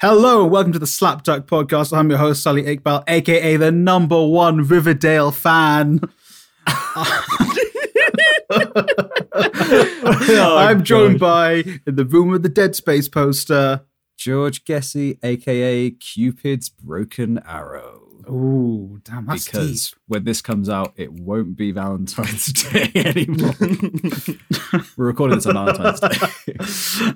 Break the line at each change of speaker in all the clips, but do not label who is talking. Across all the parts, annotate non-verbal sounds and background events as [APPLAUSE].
Hello, and welcome to the Slapduck Podcast. I'm your host, Sully Iqbal, aka the number one Riverdale
[LAUGHS]
fan.
Oh,
I'm joined by in the room with the Dead Space poster.
George Gessie, aka Cupid's Broken Arrow.
Oh, damn, that's
because when this comes out, it won't be Valentine's [LAUGHS] Day
[LAUGHS]
anymore. We're recording this on Valentine's Day.
deep.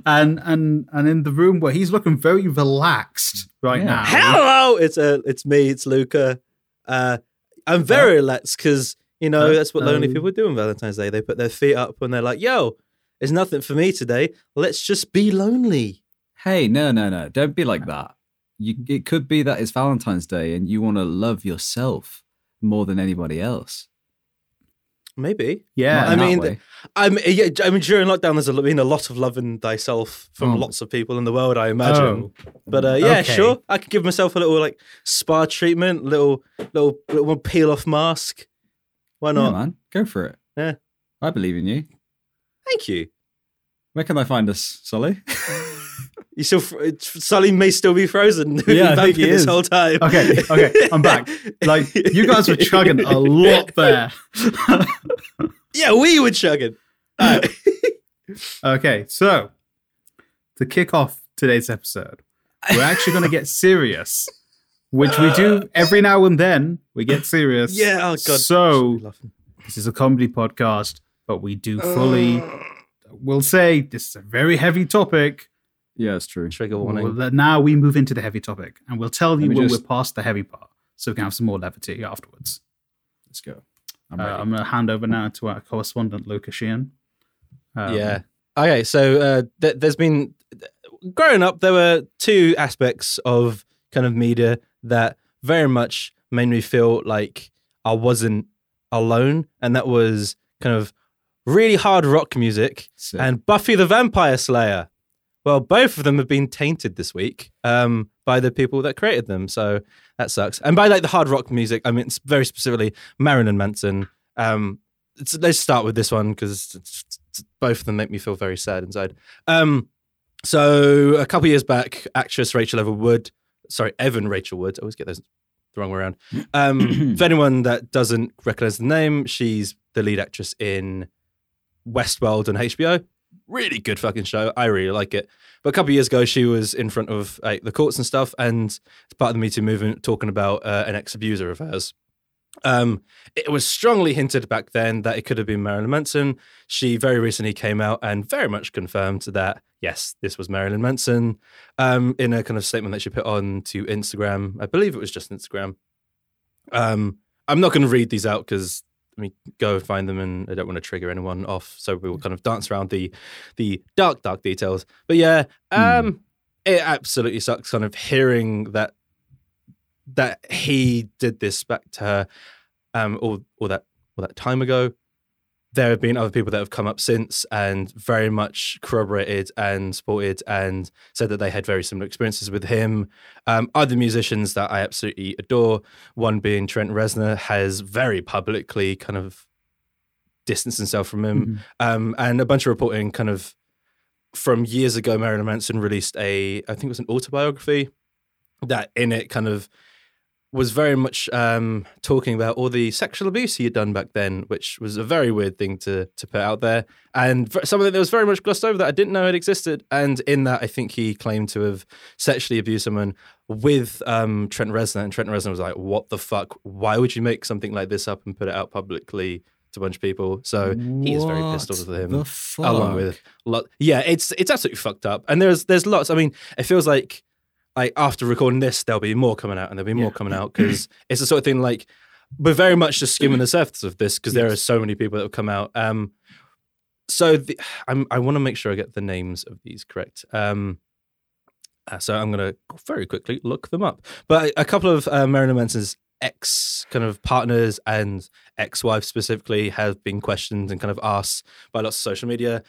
And and and in the room where he's looking very relaxed right
Yeah.
now.
Hello, it's uh, it's me, it's Luca. Uh, I'm very relaxed because you know that's what lonely
Uh-oh.
people do on Valentine's Day. They put their feet up and they're like, "Yo, it's nothing for me today. Let's just be lonely."
hey, no, no, no. Don't be like that. You, it could be that it's Valentine's Day and you want to love yourself more than anybody else.
Maybe.
Yeah,
Not
I
in that
mean,
way.
I mean, yeah, I mean, during lockdown, there's a lot- been a lot of loving thyself from
Oh.
lots of people in the world, I imagine. But uh, yeah,
Okay.
sure, I could give myself a little like spa treatment, little little little peel off mask. Why
yeah,
not?
man, go for it.
Yeah.
I believe in you.
Thank you.
Where can I find us,
[LAUGHS]
Sully?
You still, fr- it's- Sully may still be frozen. [LAUGHS] if
Yeah,
you've
I think
been
he
this
is.
whole time.
Okay, okay, I'm
[LAUGHS]
back. Like you guys were chugging a lot
[LAUGHS]
there.
Yeah, we were chugging.
[LAUGHS]
Alright.
Okay, so to kick off today's episode, we're actually going to
[LAUGHS]
get serious, which we do every now and then. We get serious.
yeah, oh god.
So-
Should be laughing.
This is a comedy podcast, but we do fully,
Uh.
we'll say this is a very heavy topic.
yeah, it's true.
trigger
Well,
warning.
that now we move into the heavy topic, and we'll tell you
me
when
just-
we're past the heavy part so we can have some more levity afterwards.
Let's go.
Uh,
I'm ready.
I'm going to hand over now to our correspondent, Luca Sheehan. Um,
yeah. Okay, so uh, th- there's been growing up. There were two aspects of kind of media that very much made me feel like I wasn't alone, and that was kind of really hard rock music
Sick.
and Buffy the Vampire Slayer. Well, both of them have been tainted this week um, by the people that created them, so that sucks. And by like the hard rock music, I mean s- very specifically Marilyn Manson. Um, it's, let's start with this one because both of them make me feel very sad inside. Um, so a couple years back, actress Rachel Evan Wood, sorry, Evan Rachel Wood, I always get those the wrong way around. Um, for anyone that doesn't recognize the name, she's the lead actress in Westworld on HBO. Really good fucking show. I really like it. But a couple of years ago, she was in front of like, the courts and stuff, and it's part of the Me Too movement talking about uh, an ex abuser of hers. Um, it was strongly hinted back then that it could have been Marilyn Manson. She very recently came out and very much confirmed that yes, this was Marilyn Manson. Um, in a kind of statement that she put on to Instagram, I believe it was just Instagram. Um, I'm not going to read these out because let me go and find them, and I don't want to trigger anyone off. So we will kind of dance around the the dark, dark details. But yeah, um, it absolutely sucks. Kind of hearing that that he did this back to her, um, all all that all that time ago. There have been other people that have come up since and very much corroborated and supported and said that they had very similar experiences with him. Um, other musicians that I absolutely adore, one being Trent Reznor, has very publicly kind of distanced himself from him
Mhm.
um, and a bunch of reporting kind of from years ago marilyn manson released a i think it was an autobiography that in it kind of was very much um, talking about all the sexual abuse he had done back then which was a very weird thing to to put out there and v- something that was very much glossed over that i didn't know had existed and in that i think he claimed to have sexually abused someone with um, trent reznor and trent reznor was like what the fuck why would you make something like this up and put it out publicly to a bunch of people so he is very pissed off
What
with him.
The fuck?
Along with lot, yeah, it's it's absolutely fucked up. And there's there's lots. I mean, it feels like like after recording this, there'll be more coming out, and there'll be more coming out because it's the sort of thing like we're very much just skimming the surface of this because there are so many people that have come out. Um, so the, I'm, I want to make sure I get the names of these correct. Um, uh, so I'm going to very quickly look them up. But a couple of uh, Marilyn Manson's ex kind of partners and ex-wife specifically have been questioned and kind of asked by lots of social media.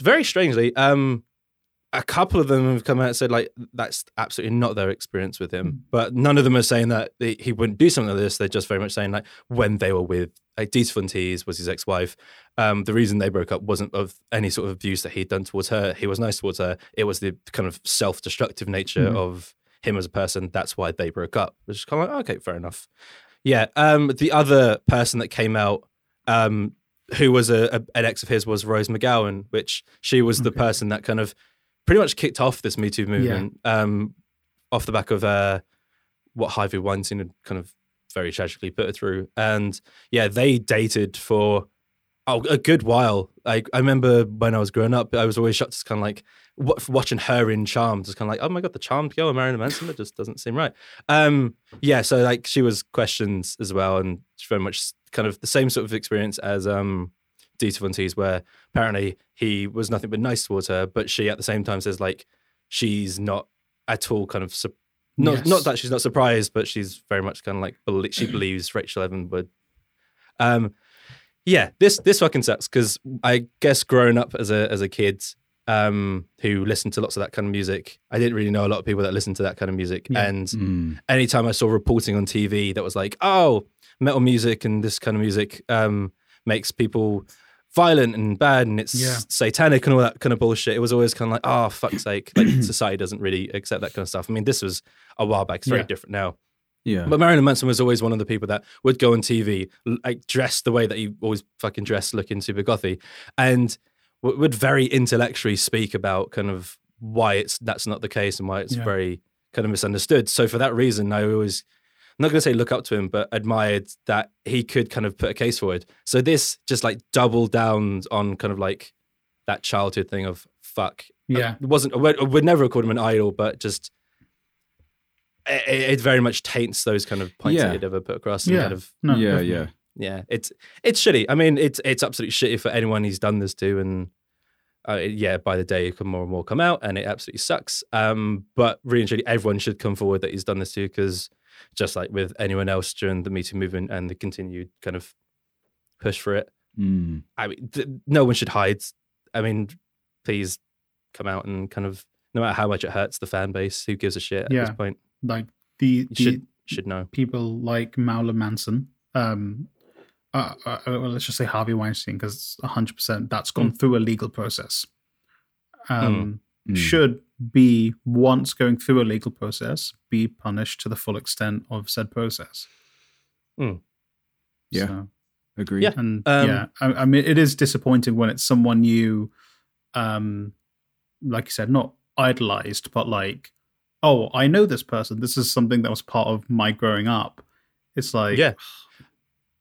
Very strangely, um, a couple of them have come out and said like that's absolutely not their experience with him. But none of them are saying that they, he wouldn't do something like this. They're just very much saying like when they were with like Dees Fontees was his ex-wife. Um, the reason they broke up wasn't of any sort of abuse that he'd done towards her. He was nice towards her. It was the kind of self-destructive nature
Mhm.
of him as a person. That's why they broke up. Which is kind of like okay, fair enough. Yeah. Um, the other person that came out um, who was a, a- an ex of his was Rose McGowan, which she was the
Okay.
person that kind of pretty much kicked off this Me Too movement um, off the back of uh, what Harvey Weinstein had kind of very tragically put her through. And yeah, they dated for a, a good while. Like I remember when I was growing up, I was always shocked to kind of like wa- watching her in Charmed. It's kind of like, oh my god, the Charmed girl, Marilyn Manson. That just doesn't seem right. Um, yeah, so like she was questioned as well, and it's very much kind of the same sort of experience as um Dita Von Teese, where apparently he was nothing but nice towards her, but she at the same time says like she's not at all kind of su- not
Yes.
not that she's not surprised, but she's very much kind of like belie-
[CLEARS THROAT]
she believes Rachel Evan would. Um, yeah, this this fucking sucks because I guess growing up as a as a kid um, who listened to lots of that kind of music, I didn't really know a lot of people that listened to that kind of music,
Yeah.
and
Mm.
anytime I saw reporting on TV that was like, oh, metal music and this kind of music um, makes people violent and bad and it's
Yeah.
satanic and all that kind of bullshit. It was always kind of like, oh, fuck's sake. Like
[CLEARS THROAT]
society doesn't really accept that kind of stuff. I mean, this was a while back. It's very
Yeah.
different now.
Yeah.
But Marilyn Manson was always one of the people that would go on TV, l- like dressed the way that he always fucking dressed, looking super gothy, and w- would very intellectually speak about kind of why it's that's not the case and why it's
Yeah.
very kind of misunderstood. So for that reason, I always. I'm not going to say look up to him, but admired that he could kind of put a case forward. So this just like doubled down on kind of like that childhood thing of fuck,
Yeah.
Um, it wasn't I would, I would never have called him an idol, but just it, it it very much taints those kind of points
Yeah.
that he'd ever put across. And
Yeah.
kind of,
No,
yeah,
definitely.
yeah.
yeah, it's it's shitty. I mean, it's it's absolutely shitty for anyone he's done this to, and uh, yeah, by the day, can more and more come out, and it absolutely sucks. Um, but really, and truly, everyone should come forward that he's done this to, because just like with anyone else during the Me Too movement and the continued kind of push for it,
Mm.
I mean, th- no one should hide. I mean, please come out and kind of, no matter how much it hurts the fan base, who gives a shit at
Yeah.
this point?
Like the,
You
the
should should know.
people like Marilyn Manson, um, uh, uh, uh, well, let's just say Harvey Weinstein, because 100% that's gone through a legal process. Um,
Mm.
Should be, once going through a legal process, be punished to the full extent of said process.
Mm.
Yeah.
So,
Agreed.
Yeah.
and
Um,
yeah, I, I mean, it is disappointing when it's someone you, um, like you said, not idolized, but like, oh, I know this person. This is something that was part of my growing up. It's like,
Yeah.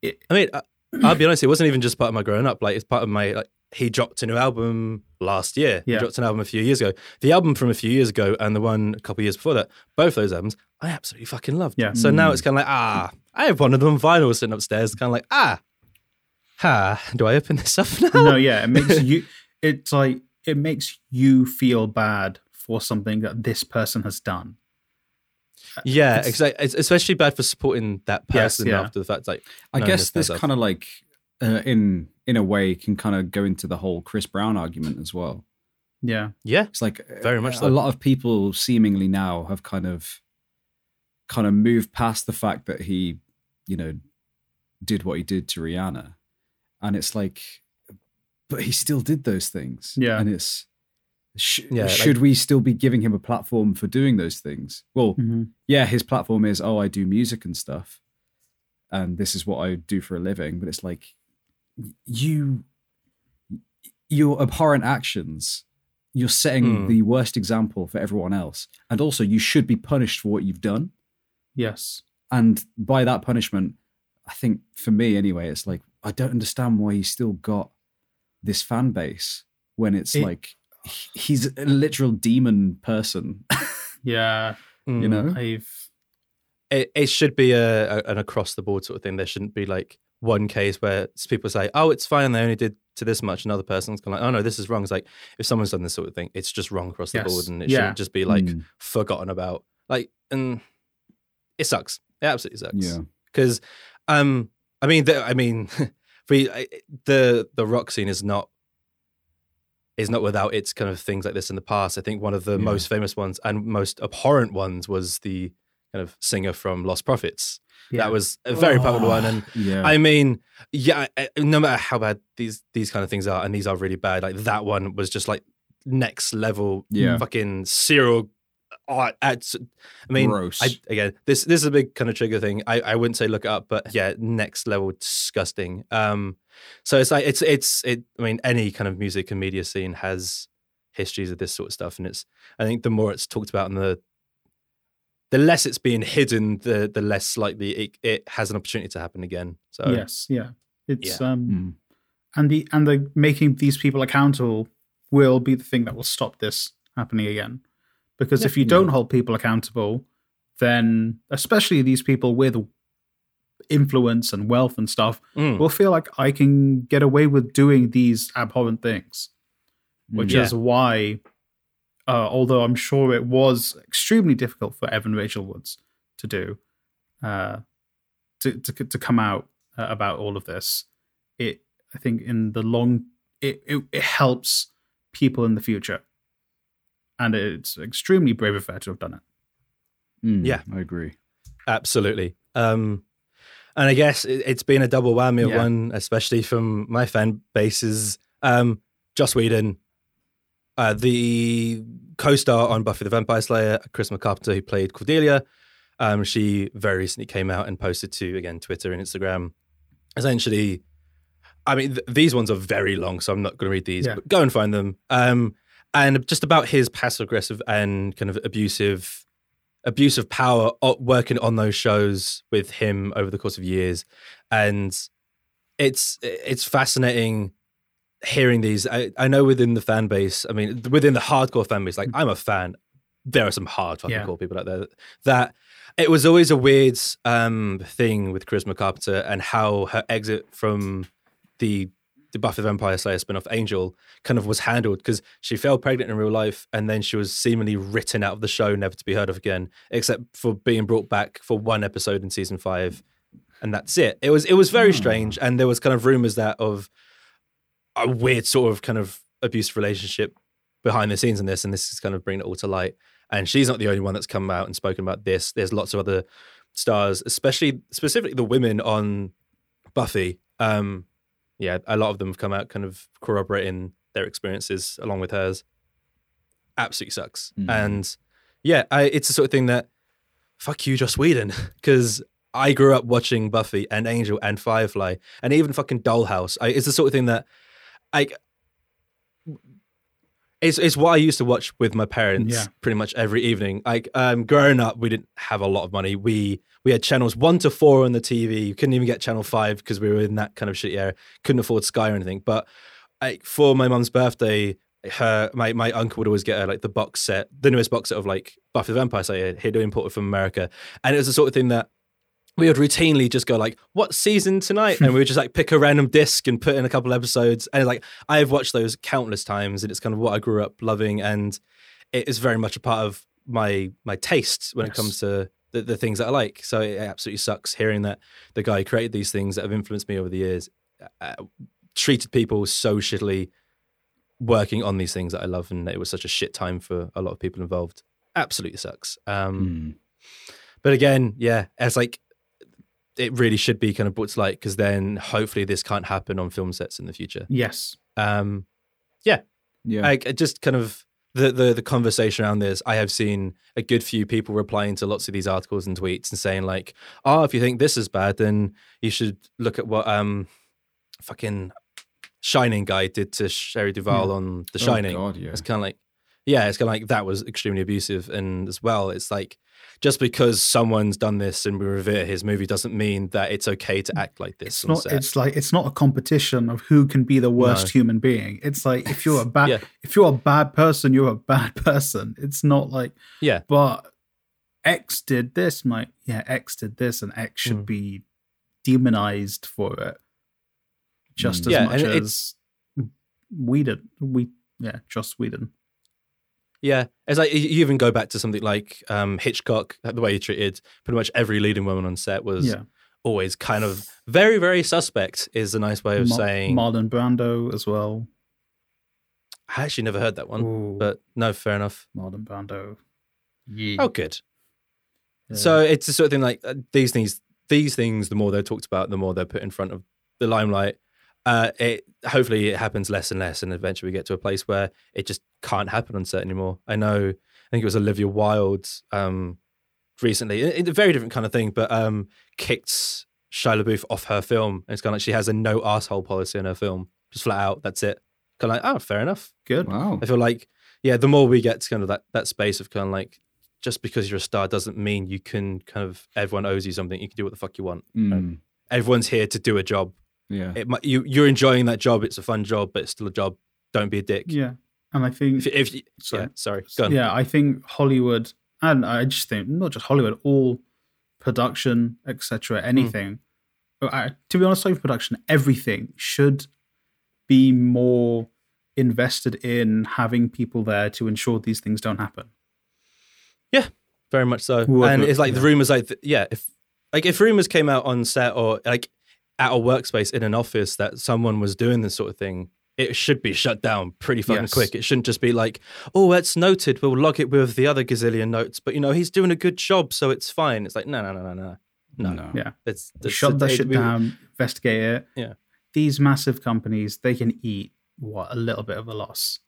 I mean, I, I'll be honest, it wasn't even just part of my growing up. Like, it's part of my, like, he dropped a new album last year.
Yeah.
He dropped an album a few years ago. The album from a few years ago and the one a couple years before that, both those albums, I absolutely fucking loved.
Yeah. Mm.
So now it's kind of like, ah, I have one of them on vinyl sitting upstairs. Kind of like, ah, ha, do I open this up [LAUGHS] now?
[LAUGHS] no, yeah, it makes
[LAUGHS]
you. It's like it makes you feel bad for something that this person has done.
Yeah,
It's-
exactly. It's especially bad for supporting that
Yes,
person
yeah.
after the fact. Like,
I
no,
guess
there's
this
no doubt.
kind of like, uh, in in a way, can kind of go into the whole Chris Brown argument as well.
Yeah,
yeah,
It's like uh,
Very much
a
so.
lot of people seemingly now have kind of kind of moved past the fact that he, you know, did what he did to Rihanna. And it's like but he still did those things.
Yeah.
And it's sh-
Yeah, like-
should we still be giving him a platform for doing those things? Well,
mm-hmm.
yeah, his platform is oh, I do music and stuff, and this is what I do for a living. But it's like y- you, your abhorrent actions, you're setting
Hmm.
the worst example for everyone else, and also you should be punished for what you've done.
yes,
And by that punishment, I think for me anyway, it's like I don't understand why he's still got this fan base when it's
It-
like h- he's a literal demon person,
yeah.
you
Mm.
know.
I've
it, it should be a, a- an across the board sort of thing. There shouldn't be like one case where s- people say, "Oh, it's fine," they only did to this much. Another person's kind of like, "Oh no, this is wrong." It's like if someone's done this sort of thing, it's just wrong across the
Yes.
board, and it
Yeah.
shouldn't just be like
Mm.
forgotten about. Like, and it sucks. It absolutely sucks.
[LAUGHS] yeah.
because um i [LAUGHS] mean the, i mean we I, the the rock scene is not is not without its kind of things like this in the past. I think one of the
Yeah.
most famous ones and most abhorrent ones was the kind of singer from Lost Prophets.
Yeah.
That was a very popular one, and
Yeah.
I mean, yeah, I- I- no matter how bad these these kind of things are, and these are really bad. Like that one was just like next level,
Yeah.
fucking serial art. At, I mean,
Gross.
I, again, this this is a big kind of trigger thing. I, I wouldn't say look it up, but yeah, next level disgusting. Um, so it's like it's it's it. I mean, any kind of music and media scene has histories of this sort of stuff, and it's I think the more it's talked about and the the less it's being hidden, the the less likely it, it has an opportunity to happen again. So
yes, yeah. It's um
Mm.
and the and the making these people accountable will be the thing that will stop this happening again. Because if you don't hold people accountable, then especially these people with influence and wealth and stuff
Mm.
will feel like I can get away with doing these abhorrent things, which
Yeah.
is why, uh, although I'm sure it was extremely difficult for Evan Rachel Woods to do, uh, to, to to come out uh, about all of this, it I think in the long it, it it helps people in the future, and it's extremely brave of her to have done it.
Mm,
Yeah.
I agree.
Absolutely. Um, and I guess it, it's been a double whammy of
Yeah.
one, especially from my fan bases. Um, Joss Whedon, uh, the co-star on Buffy the Vampire Slayer, Chris Carpenter, who played Cordelia, um, she very recently came out and posted to again Twitter and Instagram. Essentially, I mean th- these ones are very long, so I'm not going to read these.
Yeah.
But go and find them. Um, and just about his passive aggressive and kind of abusive abuse of power o- working on those shows with him over the course of years and it's it's fascinating hearing these I, I know within the fan base i mean within the hardcore fan base like i'm a fan there are some hard fucking
Yeah.
core people out there that, that it was always a weird um thing with charisma carpenter and how her exit from the the Buffy the Vampire Slayer spin-off Angel kind of was handled because she fell pregnant in real life and then she was seemingly written out of the show, never to be heard of again, except for being brought back for one episode in season five, and that's it. It was it was very strange, and there was kind of rumors that of a weird sort of kind of abusive relationship behind the scenes in this, and this is kind of bringing it all to light. And she's not the only one that's come out and spoken about this. There's lots of other stars, especially specifically the women on Buffy. Um, yeah, a lot of them have come out kind of corroborating their experiences along with hers. Absolutely sucks.
Mm.
And yeah, I, it's the sort of thing that fuck you, Joss Whedon, [LAUGHS] because I grew up watching Buffy and Angel and Firefly and even fucking Dollhouse. I, it's the sort of thing that I. It's, it's what I used to watch with my parents
Yeah.
pretty much every evening. Like um, growing up, we didn't have a lot of money. We we had channels one to four on the TV. You couldn't even get channel five because we were in that kind of shitty era. Couldn't afford Sky or anything. But like for my mum's birthday, her my, my uncle would always get her like the box set, the newest box set of like Buffy the Vampire Slayer, he'd imported from America, and it was the sort of thing that we would routinely just go like, "What season tonight?" and we would just like pick a random disc and put in a couple episodes, and like I have watched those countless times, and it's kind of what I grew up loving, and it is very much a part of my my taste when it
Yes.
comes to the, the things that I like. So it absolutely sucks hearing that the guy who created these things that have influenced me over the years uh, treated people so shittily working on these things that I love, and it was such a shit time for a lot of people involved. Absolutely sucks. Um,
Mm.
But again, yeah, it's like it really should be kind of brought to light because then hopefully this can't happen on film sets in the future.
Yes,
Um,
Yeah.
like it just kind of the, the the conversation around this i have seen a good few people replying to lots of these articles and tweets and saying like oh if you think this is bad then you should look at what um fucking shining guy did to sherry duval on the
Oh,
shining
God, yeah.
it's kind of like yeah it's kind of like that was extremely abusive and as well it's like just because someone's done this and we revere his movie doesn't mean that it's okay to act like this
it's
on
not.
set.
It's like it's not a competition of who can be the worst human being. It's like if
[LAUGHS]
you're a bad,
Yeah.
if you're a bad person, you're a bad [LAUGHS] person. It's not like
yeah
but X did this, my yeah, X did this, and X should
Mm.
be demonized for it just
Mm.
as
Hmm. Yeah,
much
and it's-
as Whedon. We yeah, just Whedon.
Yeah, it's like you you even go back to something like um, Hitchcock, the way he treated pretty much every leading woman on set was
Yeah,
always kind of very, very suspect. Is a nice way of
Mar-
saying
Marlon Brando as well.
I actually never heard that one,
Ooh,
but no, fair enough.
modern bando. Yeah.
Oh, good.
Yeah.
So it's the sort of thing like uh, these things. These things, the more they're talked about, the more they're put in front of the limelight. Uh, it hopefully it happens less and less, and eventually we get to a place where it just can't happen on set anymore. I know. I think it was Olivia Wilde um, recently. It- It's a very different kind of thing, but um, kicked Shia LaBeouf off her film. And it's kind of like she has a no asshole policy in her film, just flat out. That's it. Kind of like, oh, fair enough.
good.
Wow.
I feel like, yeah, the more we get to kind of that, that space of kind of like, just because you're a star doesn't mean you can kind of everyone owes you something. You can do what the fuck you want.
Mm,
Everyone's here to do a job.
yeah.
It might, you you're enjoying that job. It's a fun job, but it's still a job. Don't be a dick.
Yeah, and I think
If, if you,
Sorry.
yeah, sorry, go on.
yeah, I think Hollywood, and I just think not just Hollywood, all production,
Hmm.
etc., anything. But I, to be honest, like production, everything should be more invested in having people there to ensure these things don't happen.
very much so.
Who are
and
the-
it's like the
yeah.
rumors, like th- yeah, if like if rumors came out on set or like at a workspace in an office that someone was doing this sort of thing, it should be shut down pretty fucking
Yes.
quick. It shouldn't just be like, oh, that's noted. We'll log it with the other gazillion notes, but you know he's doing a good job, so it's fine. It's like no, no, no, no, no. No.
Yeah.
It's, it's
Shut that
it-
shit
we-
down, investigate it.
Yeah.
These massive companies, they can eat what a little bit of a loss.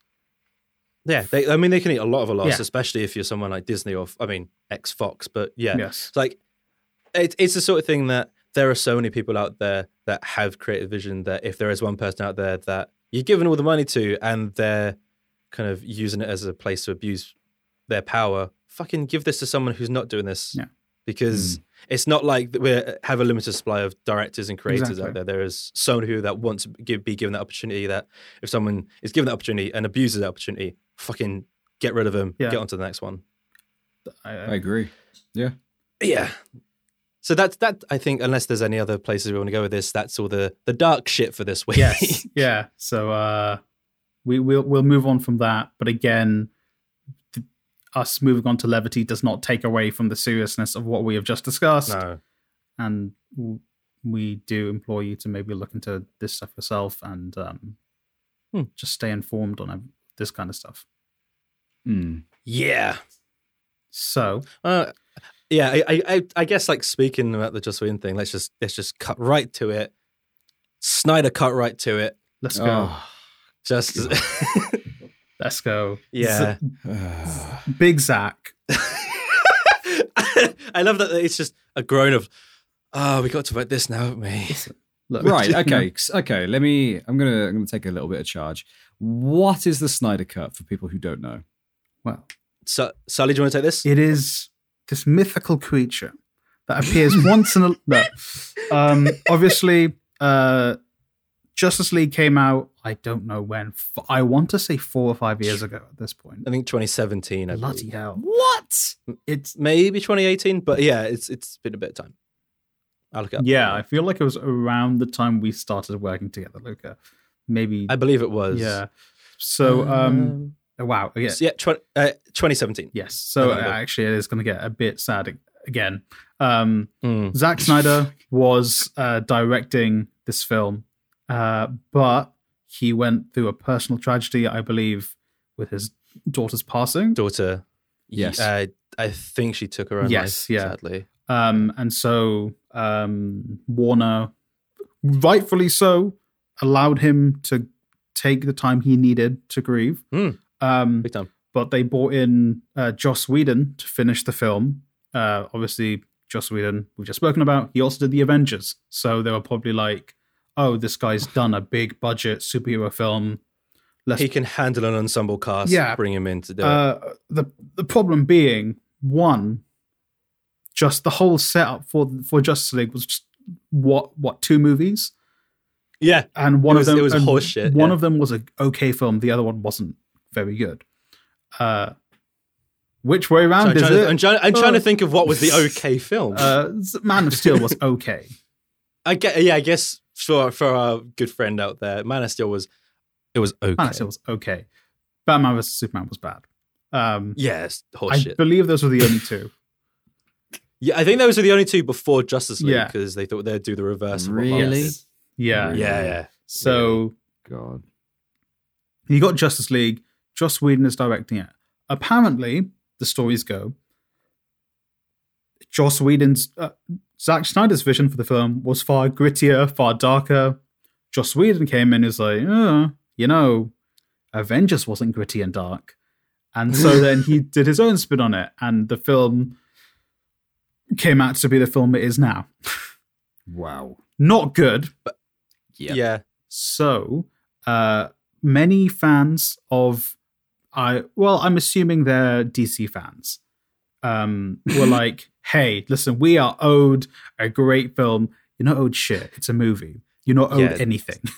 Yeah, they, I mean they can eat a lot of a loss,
Yeah.
especially if you're someone like Disney or I mean ex Fox, but yeah,
Yes.
It's like it, it's the sort of thing that there are so many people out there that have creative vision that if there is one person out there that you're giving all the money to and they're kind of using it as a place to abuse their power, fucking give this to someone who's not doing this.
Yeah. Hmm.
Because it's not like that we have a limited supply of directors and creators out
Exactly.
there. There is so many people that want to give, be given that opportunity. That if someone is given that opportunity and abuses that opportunity, fucking get rid of them.
Yeah.
Get on to the next one.
I- I-
I agree.
Yeah. So that's that. I think unless there's any other places we want to go with this, that's all the the dark shit for this week. [LAUGHS]
yes yeah so uh we we'll, we'll move on from that but again th- us moving on to levity does not take away from the seriousness of what we have just discussed
no.
and w- we do implore you to maybe look into this stuff yourself and um
Hmm.
just stay informed on ev- this kind of stuff
Mm.
Yeah.
so
Uh, yeah. I, I I- I guess like speaking about the Just Whedon thing, let's just let's just cut right to it. Snyder cut right to it.
let's go
Oh.
Just
let's go
[LAUGHS] yeah. [SIGHS]
Ah.
big zach
[LAUGHS] I love that it's just a groan of, oh, we got to about this now, haven't we?
Look, [LAUGHS]
right.
you know,
Okay.
[LAUGHS]
s- Okay. Let me. I'm gonna. I'm gonna take a little bit of charge. What is the Snyder Cut for people who don't know?
well
So, Sally, do you want to take this?
It is this mythical creature that appears once in a no. Um, obviously, uh, Justice League came out. I don't know when. F- I want to say four or five years ago at this point.
I think 2017. I
Bloody
believe.
hell!
What?
It's
maybe 2018, but yeah, it's it's been a bit of time. I'll look it up.
yeah. I feel like it was around the time we started working together, Luca. Maybe
I believe it was.
yeah. So um, wow. Yeah.
so yeah, twen- uh, 2017.
Yes. So uh,
November.
actually, it is going to get a bit sad ag- again. Um,
Mm.
Zack Snyder was uh, directing this film, uh, but he went through a personal tragedy, I believe, with his daughter's passing.
Daughter.
Yes.
Uh, I think she took her own
Yes,
life.
yeah.
Sadly.
Um, and so um, Warner, rightfully so, allowed him to take the time he needed to grieve.
Hmm.
Um,
Big time.
but they brought in uh, Joss Whedon to finish the film. Uh, obviously, Joss Whedon, we've just spoken about, he also did The Avengers. So they were probably like, oh, this guy's done a big budget superhero film. Let's
He can handle an ensemble cast.
Yeah.
Bring him in to do it.
uh, the the problem being one, just the whole setup for for Justice League was just what what two movies
Yeah.
and one
It was-
of them
it was
and
horse shit,
One
yeah.
of them was a okay film, the other one wasn't very good. Uh, which way
So I'm
around is
trying, to,
it?
I'm trying- I'm trying to
Oh.
think of what was the
[LAUGHS]
okay film.
uh, Man of Steel was okay.
I get. Yeah, I guess for for our good friend out there, Man of Steel was. It was okay.
Man of Steel was okay. Batman vs Superman was bad. Um,
Yes, horse
I
shit.
believe those were the only two.
Yeah, I think those were the only two before Justice League
Yeah.
because they thought they'd do the reverse. Of what Marvel
Really?
did.
Yeah.
Really?
Yeah, yeah.
So
God.
You got Justice League. Joss Whedon is directing it. Apparently, the stories go. Joss Whedon's uh, Zack Snyder's vision for the film was far grittier, far darker. Joss Whedon came in and was like, "Uh, you know, Avengers wasn't gritty and dark. And so then he did his own spin on it, and the film came out to be the film it is now.
Wow.
Not good.
Yeah.
Yeah.
So uh, many fans of I well, I'm assuming they're DC fans. Um, were like, hey, listen, we are owed a great film. You're not owed shit. It's a movie. You're not owed
Yeah.
anything. [LAUGHS]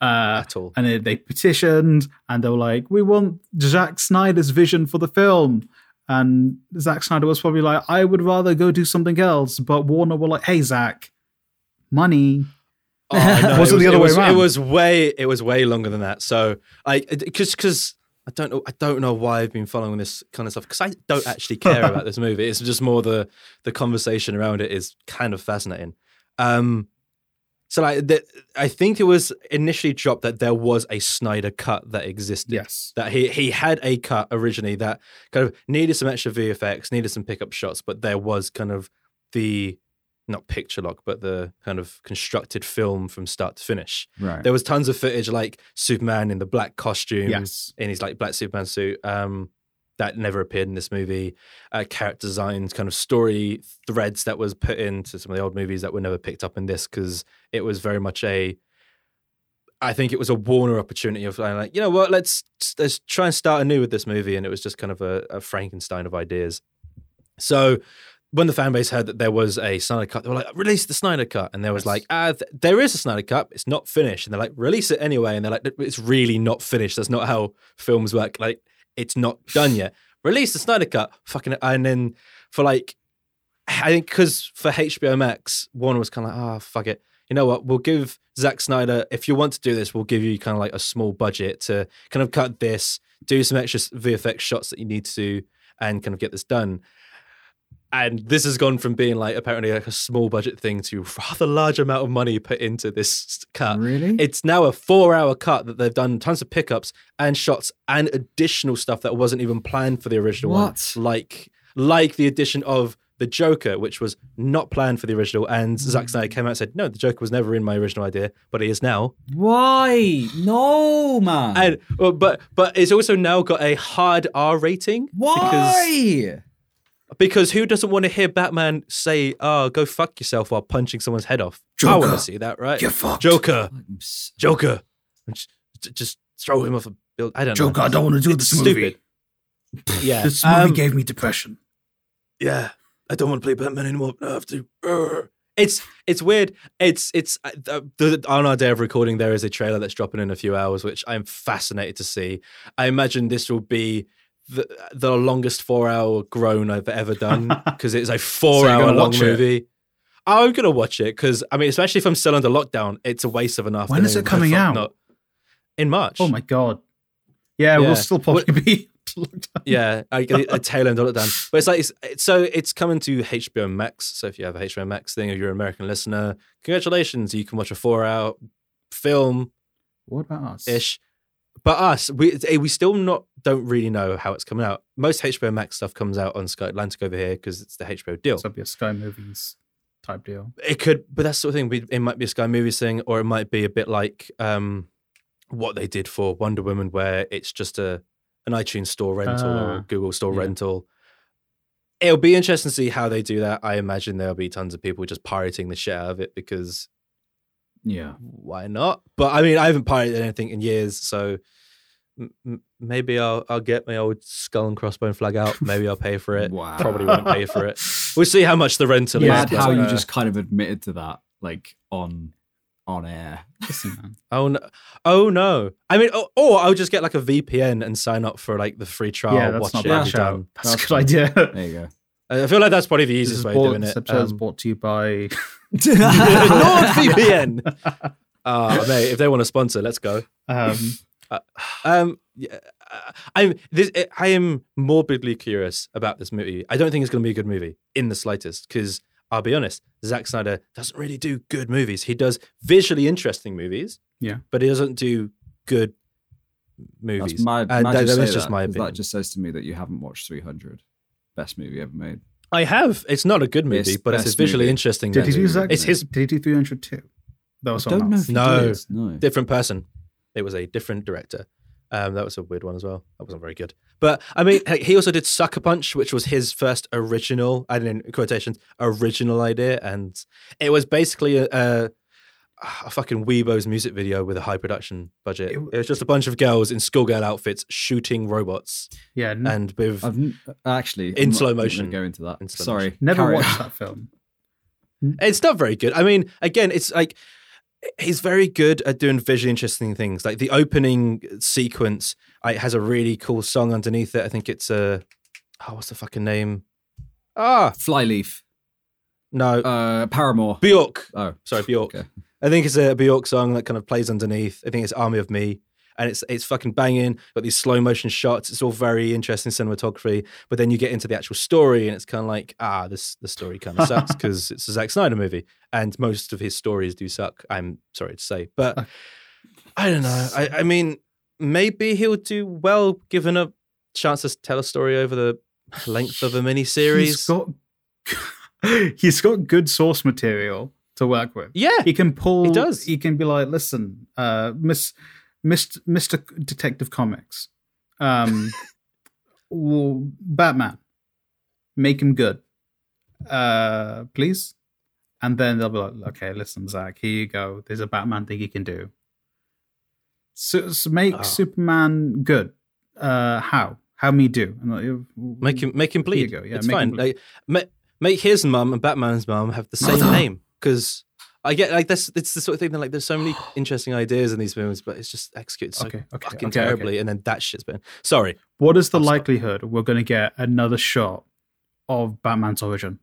Uh,
At all.
and they, they petitioned and they were like, we want Zack Snyder's vision for the film. And Zack Snyder was probably like, I would rather go do something else. But Warner were like, hey, Zack, money.
[LAUGHS] Oh, no,
Wasn't the other
it
way
was,
around?
It was way it was way longer than that. So I because because I don't know I don't know why I've been following this kind of stuff because I don't
[LAUGHS]
actually care about this movie. It's just more the the conversation around it is kind of fascinating. Um, so like the, I think it was initially dropped that there was a Snyder cut that existed.
Yes.
That he he had a cut originally that kind of needed some extra VFX, needed some pickup shots, but there was kind of the not picture lock, but the kind of constructed film from start to finish.
Right.
There was tons of footage like Superman in the black costume,
Yes.
in his like black Superman suit. Um, that never appeared in this movie. Uh, character designs, kind of story threads that was put into some of the old movies that were never picked up in this because it was very much a. I think it was a Warner opportunity of like, like, you know what, let's let's try and start anew with this movie, and it was just kind of a, a Frankenstein of ideas. So when the fan base heard that there was a Snyder cut, they were like, "Release the Snyder cut," and there was
Yes.
like, "Ah, th- there is a Snyder cut. It's not finished," and they're like, "Release it anyway," and they're like, "It's really not finished. That's not how films work. Like, it's not done yet. Release the Snyder cut, fucking." And then for like, I think because for HBO Max, Warner was kind of like, "Ah, fuck it." You know what? We'll give Zack Snyder, if you want to do this, we'll give you kind of like a small budget to kind of cut this, do some extra VFX shots that you need to, and kind of get this done and this has gone from being like apparently like a small budget thing to rather large amount of money put into this cut.
really?
It's now a four hour cut that they've done tons of pickups and shots and additional stuff that wasn't even planned for the original
What?
one. Like like the addition of the Joker, which was not planned for the original, and
Hmm.
Zack Snyder came out and said, No, the Joker was never in my original idea, but he is now.
Why? No,
Oh.
man.
And well, but but it's also now got a hard R rating. Because
Why?
Because who doesn't want to hear Batman say, "Oh, go fuck yourself" while punching someone's head off? I want
Joker.
to see that, right?
Get fucked.
Joker,
I'm s-
Joker, just, just throw him off a building. I don't
Joker,
know.
I don't want to do
It's
this movie. [LAUGHS]
stupid. Yeah,
This movie
Um,
gave me depression.
yeah. I don't want to play Batman anymore. I have to. uh. Urgh. It's it's weird. It's it's uh, the, the, on our day of recording. There is a trailer that's dropping in a few hours, which I'm fascinated to see. I imagine this will be the the longest four hour groan I've
[LAUGHS]
ever done because it's a four
you're
hour
gonna
long
watch it?
movie. I'm gonna watch it because I mean, especially if I'm still under lockdown, it's a waste of an afternoon.
When is it
if
coming
I'm
out?
not- in March.
Oh my god. Yeah,
Yeah.
we'll still probably be. [LAUGHS]
yeah, I get a tail end of it done. But it's like it's, it's- so it's coming to HBO Max. So if you have a HBO Max thing, if you're an American listener, congratulations, you can watch a four-hour film
what about us?
ish. But us, we eh, we still not don't really know how it's coming out. Most HBO Max stuff comes out on Sky Atlantic over here because it's the HBO deal.
So it'd be a Sky Movies type deal.
It could, but that's the sort of thing. we- It might be a Sky Movies thing, or it might be a bit like um, what they did for Wonder Woman, where it's just a an iTunes store rental or
Ah,
a Google store
yeah.
rental. It'll be interesting to see how they do that. I imagine there'll be tons of people just pirating the shit out of it because
Yeah.
why not? But I mean, I haven't pirated anything in years, so m- m- maybe I'll I'll get my old skull and crossbone flag out. Maybe I'll
[LAUGHS]
pay for it.
Wow.
Probably won't pay for
[LAUGHS]
it. We'll see how much the rental
Yeah,
Mad
is. but,
how you
uh,
just kind of admitted to that, like on on air.
Listen, man.
Oh no! Oh no! I mean, oh, or I'll just get like a VPN and sign up for like the free trial.
yeah, that's
watch
not
it
bad.
every
shout.
time.
That's,
That's
a good idea.
[LAUGHS]
There you go. [LAUGHS]
I I feel like that's probably the
This,
easiest
is
way
brought,
of doing
this
it.
episode is
Um, [LAUGHS]
brought to you by. [LAUGHS]
NordVPN. Oh mate, if they want to sponsor, let's go.
Um,
Um, yeah, uh, I'm this. I am morbidly curious about this movie. I don't think it's going to be a good movie in the slightest. Because I'll be honest, Zack Snyder doesn't really do good movies. He does visually interesting movies.
Yeah.
but he doesn't do good movies.
That's my,
Uh,
might
that-
just
that
say
was just
that,
my
'cause
opinion.
That just says to me that you haven't watched 300, best movie ever made.
I have. It's not a good movie,
Best-
but it's
best
visually
movie.
interesting.
Did he
movie.
do Zack?
It's his
Did he do 300 too? That
Oh,
was
I
someone
don't know
else.
if he
No.
did, no.
different person. It was a different director. Um, that was a weird one as well. That wasn't very good. But I mean, he- he also did Sucker Punch, which was his first original, I don't know, quotations, original idea. And it was basically a, a, a fucking Weebo's music video with a high production budget. It,
It-
was just a bunch of girls in schoolgirl outfits shooting robots
Yeah, n-
and with.
I've n- actually
In
I'm
slow
not gonna
motion.
Go into that.
In slow
Sorry,
never
carry on.
[LAUGHS]
watched that film.
It's not very good. I mean, again, it's like he's very good at doing visually interesting things. Like the opening sequence uh, it has a really cool song underneath it. I think it's a oh, what's the fucking name? Ah,
Flyleaf,
no,
uh, Paramore.
Bjork.
oh,
Sorry, Bjork.
Okay.
I think it's a Bjork song that kind of plays underneath. I think it's Army of Me. And it's it's fucking banging. Got these slow motion shots. It's all very interesting cinematography. But then you get into the actual story, and it's kind of like ah, this the story kind
[LAUGHS]
of sucks because it's a Zack Snyder movie, and most of his stories do suck. I'm sorry to say,
[LAUGHS]
but I don't know. I, I mean, maybe he'll do well given a chance to tell a story over the length of a
He's
miniseries.
got [LAUGHS] he's got good source material to work with.
yeah,
[LAUGHS] He can pull.
He does.
He can be like, listen, uh, Miss, Miss, Mister Detective Comics,
[LAUGHS]
um, well, Batman, make him good, uh, please. And then they'll be like, okay, listen, Zach, here you go. There's a Batman thing you can do. So, so make
Oh.
Superman good. Uh, how? How me do? And like,
Make him make him
There you
bleed.
go, yeah,
it's
make him
fine.
bleed.
Like, ma- make his mum and Batman's mum have
[LAUGHS]
the same name because I get like this. It's the sort of thing that like
[GASPS]
there's so many interesting ideas in these films, but it's just executed so
Okay, okay,
fucking
okay, okay.
terribly. And then that shit's been sorry.
What is the
I'll stop.
likelihood we're going to get another shot of Batman's origin?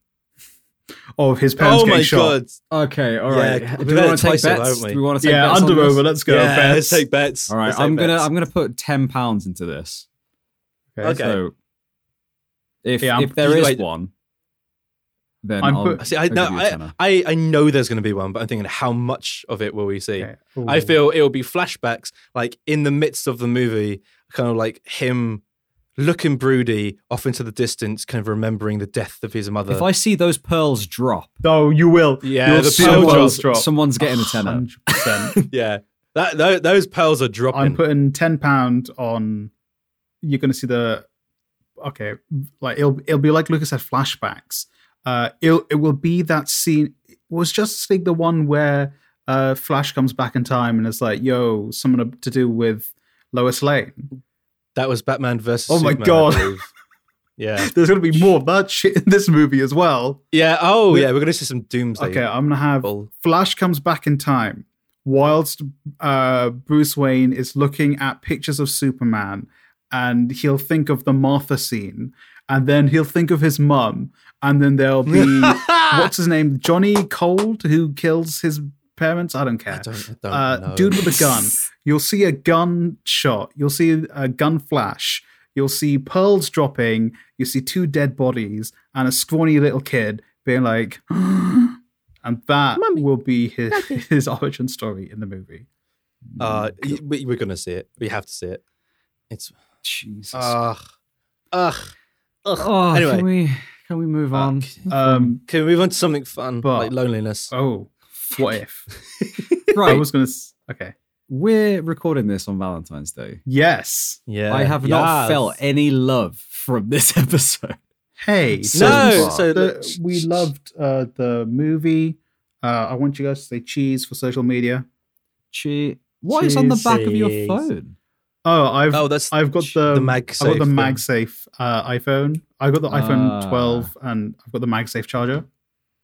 of his parents
oh my
getting shot?
god!
Okay, all right. Do
Yeah, we've
we
done it
want to take
twice over,
bets?
haven't we?
Do we want to take
Yeah,
bets on
under
this?
over. Let's go.
yeah,
bets.
let's [LAUGHS] take bets.
All right,
Let's take
I'm gonna
bets.
I'm gonna put ten pounds into this.
Okay.
Okay.
So if
Yeah, I'm-
if there is
Wait.
one, then
I'm
I'll,
put-
See, I,
I'll
no,
give you a
I,
tenner.
I, I know there's going to be one, but I'm thinking, how much of it will we see?
Okay. Ooh.
I feel it will be flashbacks, like in the midst of the movie, kind of like him looking broody off into the distance, kind of remembering the death of his mother.
if I see those pearls drop,
No, Oh, you will.
Yeah,
You'll
the
see
pearl
pearls drop.
someone's getting a
[LAUGHS]
tenner.
100%.
[LAUGHS] yeah, that, tho- those pearls are dropping.
I'm putting ten pound on. You're going to see the. Okay, like it'll it'll be like Lucas said, flashbacks. Uh, it'll it will be that scene. It was just like the one where uh, Flash comes back in time and it's like, yo, something to do with Lois Lane. [LAUGHS]
that was Batman versus.
Oh my
Superman, I
God.
believe. yeah,
There's gonna be more of that shit in this movie as well.
yeah. Oh,
We-
yeah. We're gonna see some doomsday.
Okay, uh, I'm gonna have
bull.
Flash comes back in time, whilst uh, Bruce Wayne is looking at pictures of Superman, and he'll think of the Martha scene, and then he'll think of his mum, and then there'll
[LAUGHS]
be what's his name, Johnny Cold, who kills his parents. I don't care.
I don't, I don't
uh,
know.
dude with a gun.
Oh,
You'll see a gun shot. You'll see a gun flash. You'll see pearls dropping. You see two dead bodies and a scrawny little kid being like, [GASPS] and that will be his his origin story in the movie.
Uh, y- we, we're gonna see it. We have to see it. It's
Jesus.
ugh, ugh.
oh,
anyway.
can we can we move on?
Um,
Can we move on to something fun,
But-
like loneliness?
oh, what if? I
[LAUGHS] Right,
was gonna. s- Okay.
we're recording this on Valentine's Day.
Yes.
yeah,
I have not
Yes.
felt any love from this [LAUGHS] episode.
Hey.
So
No,
far.
so look,
the, we loved uh, the movie. Uh, I want you guys to say cheese for social media.
Che- what is on the back of your
Jesus.
phone?
Oh, I've
oh, that's
I've got the,
the MagSafe.
I've got the
thing.
MagSafe uh, iPhone. I've got the iPhone
Ah.
12, and I've got the MagSafe charger.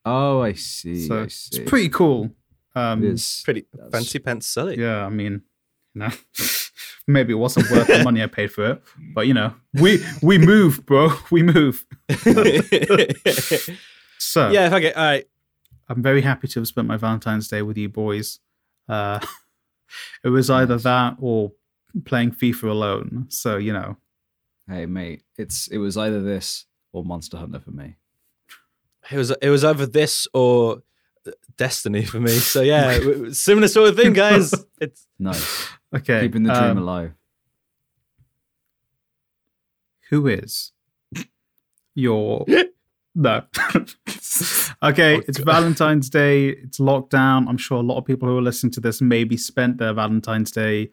Oh, I see.
so
I
it's
see.
pretty cool. Um,
It is.
Pretty
That's-
fancy pants, silly.
Yeah, I mean, you know, [LAUGHS] maybe it wasn't worth the money I paid for it, but you know, we we move, bro. [LAUGHS] We move.
[LAUGHS] yeah,
So
okay, all right.
I'm very happy to have spent my Valentine's Day with you boys. Uh, [LAUGHS] it was either that or playing FIFA alone. So you know,
Hey, mate, it's it was either this or Monster Hunter for me.
It was it was either this or destiny for me.
[LAUGHS]
So yeah, w- w- similar sort of thing, guys. It's
Nice,
okay,
keeping the
um,
dream alive.
who is your [LAUGHS] no? okay,
Oh,
it's
God.
Valentine's Day. It's lockdown. I'm sure a lot of people who are listening to this maybe spent their Valentine's Day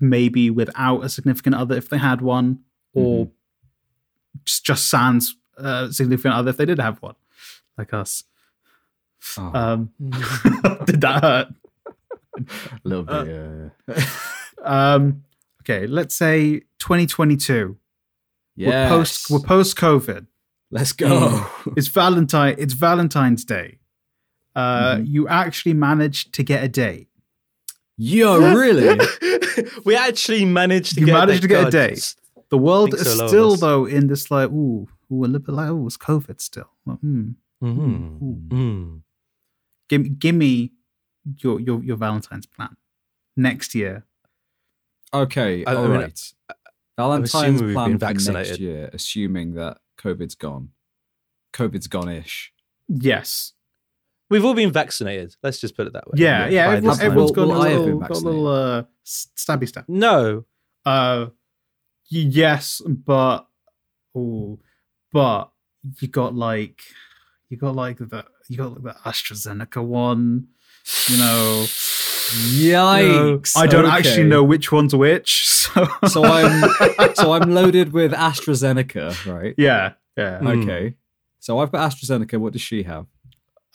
maybe without a significant other if they had one, or just just sans uh, significant other if they did have one, like us.
Oh,
Um, [LAUGHS] did that hurt?
a little
uh,
bit. yeah,
Um, okay, let's say 2022.
yeah.
We're post mm. we're post COVID.
Let's go.
It's Valentine. It's Valentine's Day. Uh,
Mm-hmm.
You actually managed to get a date.
[LAUGHS] Yo, really?
we actually managed to
You
get
managed to get a
day.
date. The world
Think
is
so, a lot of
still
us.
though in this like ooh ooh a little bit like oh it's COVID still. Well, hmm,
Mm-hmm.
Hmm.
ooh. Give give me your your your Valentine's plan next year.
Okay,
I- I
all right.
mean,
Valentine's
assuming we've
plan
been
for next
vaccinated.
year, assuming that COVID's gone. COVID's
[LAUGHS]
gone-ish.
Yes.
We've all been vaccinated. Let's just put it that way.
Yeah. Yeah.
By
everyone-
this time.
everyone's
Well,
got,
well,
a
I have
little,
been
got a little uh, s- stabby stab.
No.
Uh, y- yes, but oh, but you got like you got like the you got like the AstraZeneca one. You know,
Yikes!
I don't
okay.
actually know which one's which. [LAUGHS] So,
So I'm so I'm loaded with AstraZeneca, right?
yeah, yeah. Hmm.
Mm.
Okay. So I've got AstraZeneca. What does she have?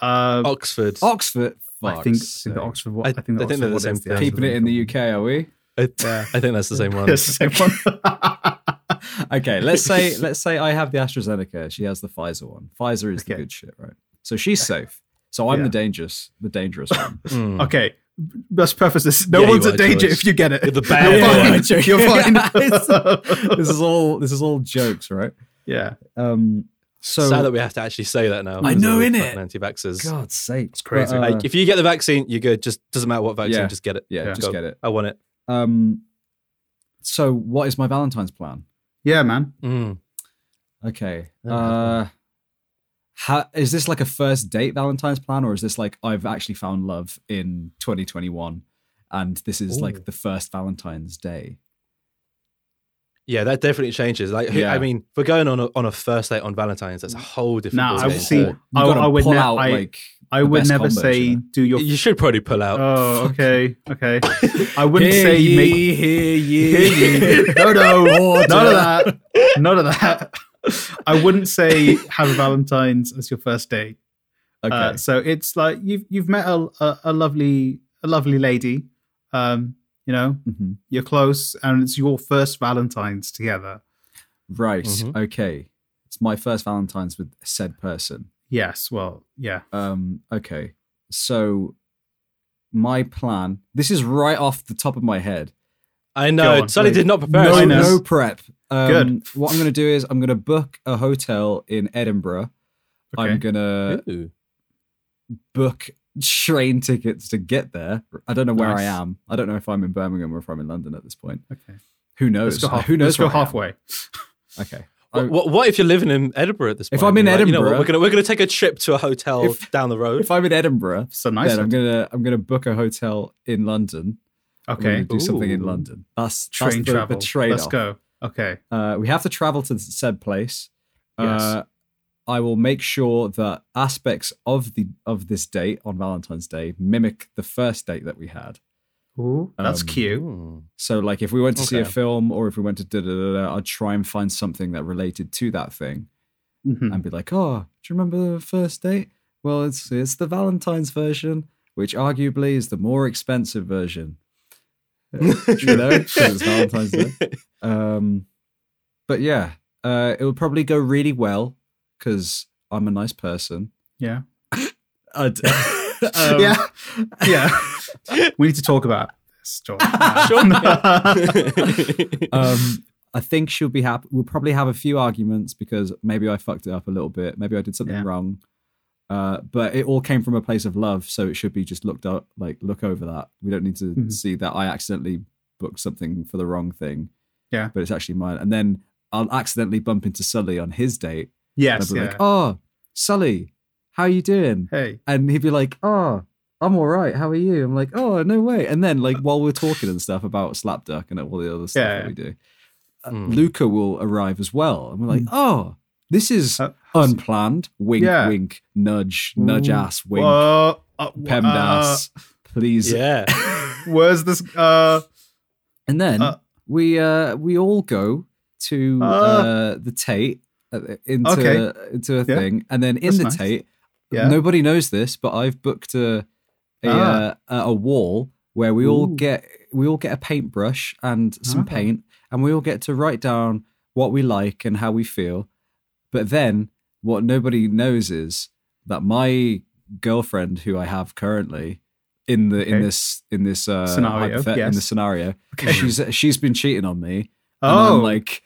Uh,
Oxford.
Oxford.
I
Fuck's
think, I
sake.
think the Oxford. one-
I-
I think the
I
Oxford
think they're the
one
same
is
thing.
Keeping it in the
[LAUGHS]
UK, are we?
I, [LAUGHS]
Yeah.
I think that's the same one.
Yes,
[LAUGHS]
same one. [LAUGHS]
Okay, let's say let's say I have the AstraZeneca, she has the Pfizer one. Pfizer is the
Okay.
good shit, right? So she's safe. So I'm
Yeah.
the dangerous, the dangerous one.
Mm.
okay, let's preface this. No
Yeah, you
one's
are,
in danger
George.
if you get it.
You're the
[LAUGHS] You're
bad
fine.
one.
one.
You're fine.
[LAUGHS]
this is all this is all jokes, right?
[LAUGHS] yeah,
Um so
Sad that we have to actually say that now.
I
because
know,
of
innit?
Anti-vaxxers.
God's sake. It's
crazy.
Like, if you get the vaccine, you're good. Just doesn't matter what vaccine.
Yeah.
Just get it.
yeah,
Yeah.
just
Go.
get it.
I want it.
Um so what is my Valentine's plan?
yeah, man.
Mm.
Okay.
I don't have
Uh how, is this like a first date Valentine's plan, or is this like I've actually found love in 2021, and this is
Ooh.
like the first Valentine's Day?
Yeah, that definitely changes. Like, who-
Yeah.
I mean, if we're going on a, on a first date on Valentine's. That's a whole different.
Nah, I would
ballgame.
see.
So
I,
gotta
I would.
pull
Ne-
out,
I,
like,
I
the
would
best
never
combos,
say
you know?
do your.
You should probably pull out.
Uh,
oh, okay, okay. I
Hear
wouldn't say you make.
ye, hear
[LAUGHS]
ye. [LAUGHS]
no, no,
Order.
none of that. None of that. I wouldn't say have a Valentine's as your first date.
Okay.
Uh, so it's like you've you've met a, a, a lovely a lovely lady. Um, you know,
Mhm.
you're close, and it's your first Valentine's together.
Right.
Mhm.
Okay. It's my first Valentine's with said person.
Yes. Well, yeah.
Um, okay. So my plan, this is right off the top of my head.
I
Go
know.
on,
Sully
please.
did not prepare.
No,
us
no,
for
no.
this.
no prep. Um,
Good.
What I'm going to do is I'm going to book a hotel in Edinburgh.
Okay.
I'm going to
Ooh.
book train tickets to get there. I don't know where I
Nice.
am. I don't know if I'm in Birmingham or if I'm in London at this point.
Okay.
Who
Let's
knows?
go, half-
Who knows?
let's go
where I am?
halfway.
Okay. I-
What, what, what if you're living in Edinburgh at this point?
If I'm in
You're like, you know what,
Edinburgh-
we're gonna we're gonna take a trip to a hotel
If-
down the road.
if I'm in Edinburgh,
So nice.
then I'm
of-
gonna I'm gonna book a hotel in London. I'm gonna
Okay.
do something in
Ooh.
London. That's that's
Train
the,
travel.
The trade
Let's go. Okay.
Uh, we have to travel to said place.
Yes.
Uh, I will make sure that aspects of the of this date on Valentine's Day mimic the first date that we had.
Ooh, that's
Um,
cute.
Mm.
So, like, if we went to see a
Okay.
film or if we went to da da da, da, I'd try and find something that related to that thing.
Mhm.
and be like, "Oh, do you remember the first date? Well, it's it's the Valentine's version, which arguably is the more expensive version. [LAUGHS] Uh,
[LAUGHS]
you know, 'cause it's Valentine's Day. [LAUGHS] Um, but yeah, uh, it will probably go really well because I'm a nice person.
Yeah.
[LAUGHS] I'd, um,
[LAUGHS] yeah. [LAUGHS] Yeah. [LAUGHS] we need to talk about this, [LAUGHS] George.
Sure.
[LAUGHS]
Um, I think she'll be happy. We'll probably have a few arguments because maybe I fucked it up a little bit. Maybe I did something
Yeah.
wrong. Uh, but it all came from a place of love, so it should be just looked up, like look over that. We don't need to
Mhm.
see that I accidentally booked something for the wrong thing.
Yeah.
but it's actually mine. And then I'll accidentally bump into Sully on his date. And
yes.
I'll be
Yeah.
like, "Oh, Sully, how you doing?"
hey.
And he'd be like, "Oh, I'm all right. How are you?" I'm like, "Oh, no way." And then like while we're talking and stuff about Slapduck and all the other stuff
Yeah.
that we do,
Mm.
Luca will arrive as well. And we're like,
Mm.
oh, this is
Uh,
unplanned. Wink,
Yeah.
wink, nudge, nudge
Ooh.
ass, wink,
Whoa, uh,
PEMDAS, please.
[LAUGHS] Yeah.
uh, [LAUGHS] where's this? Uh,
And then
Uh.
we uh, we all go to uh,
Uh.
the Tate uh, into
Okay.
into a
Yeah.
thing, and then in
That's
the
nice.
Tate,
Yeah. [LAUGHS]
nobody knows this, but I've booked a a,
Ah.
uh, a wall where we all
Ooh.
get we all get a paintbrush and some
Ah.
paint, and we all get to write down what we like and how we feel. But then what nobody knows is that my girlfriend, who I have currently in the in
Okay.
this in this uh,
Scenario,
hypothet- in
yes. [LAUGHS]
this scenario,
Okay.
she's she's been cheating on me. And
oh,
I'm like,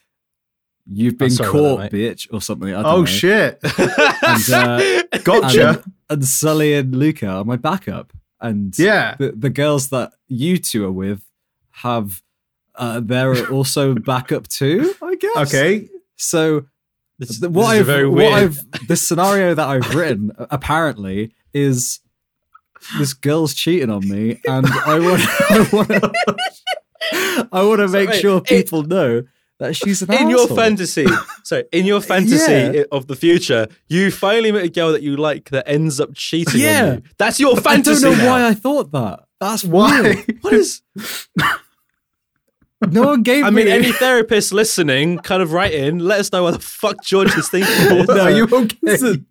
you've been
sorry about
caught,
that,
bitch, or something. I don't
oh
know.
shit!
And, uh, and,
Gotcha.
and Sully and Luca are my backup, and
yeah.
the the girls that you two are with have. Uh, they're
[LAUGHS]
also backup too, I guess.
Okay.
So
[LAUGHS] This,
the-
this
what
is
I've,
very
what
weird.
I've the scenario that I've written apparently is this girl's cheating on me, and I want [LAUGHS] I want to I want to make
wait,
sure
it-
people know that she's an
in your
asshole.
fantasy, so
[LAUGHS]
in your fantasy
Yeah.
i- of the future, you finally meet a girl that you like that ends up cheating
Yeah.
on you. That's your
I don't
fantasy.
know
now.
why I thought that. That's
Why? [LAUGHS]
What is?
weird. No one gave
I mean,
me. [LAUGHS]
any therapist listening, kind of write in. Let us know what the fuck George is thinking. of this.
[LAUGHS] [LAUGHS] No.
Are you okay?
Listen,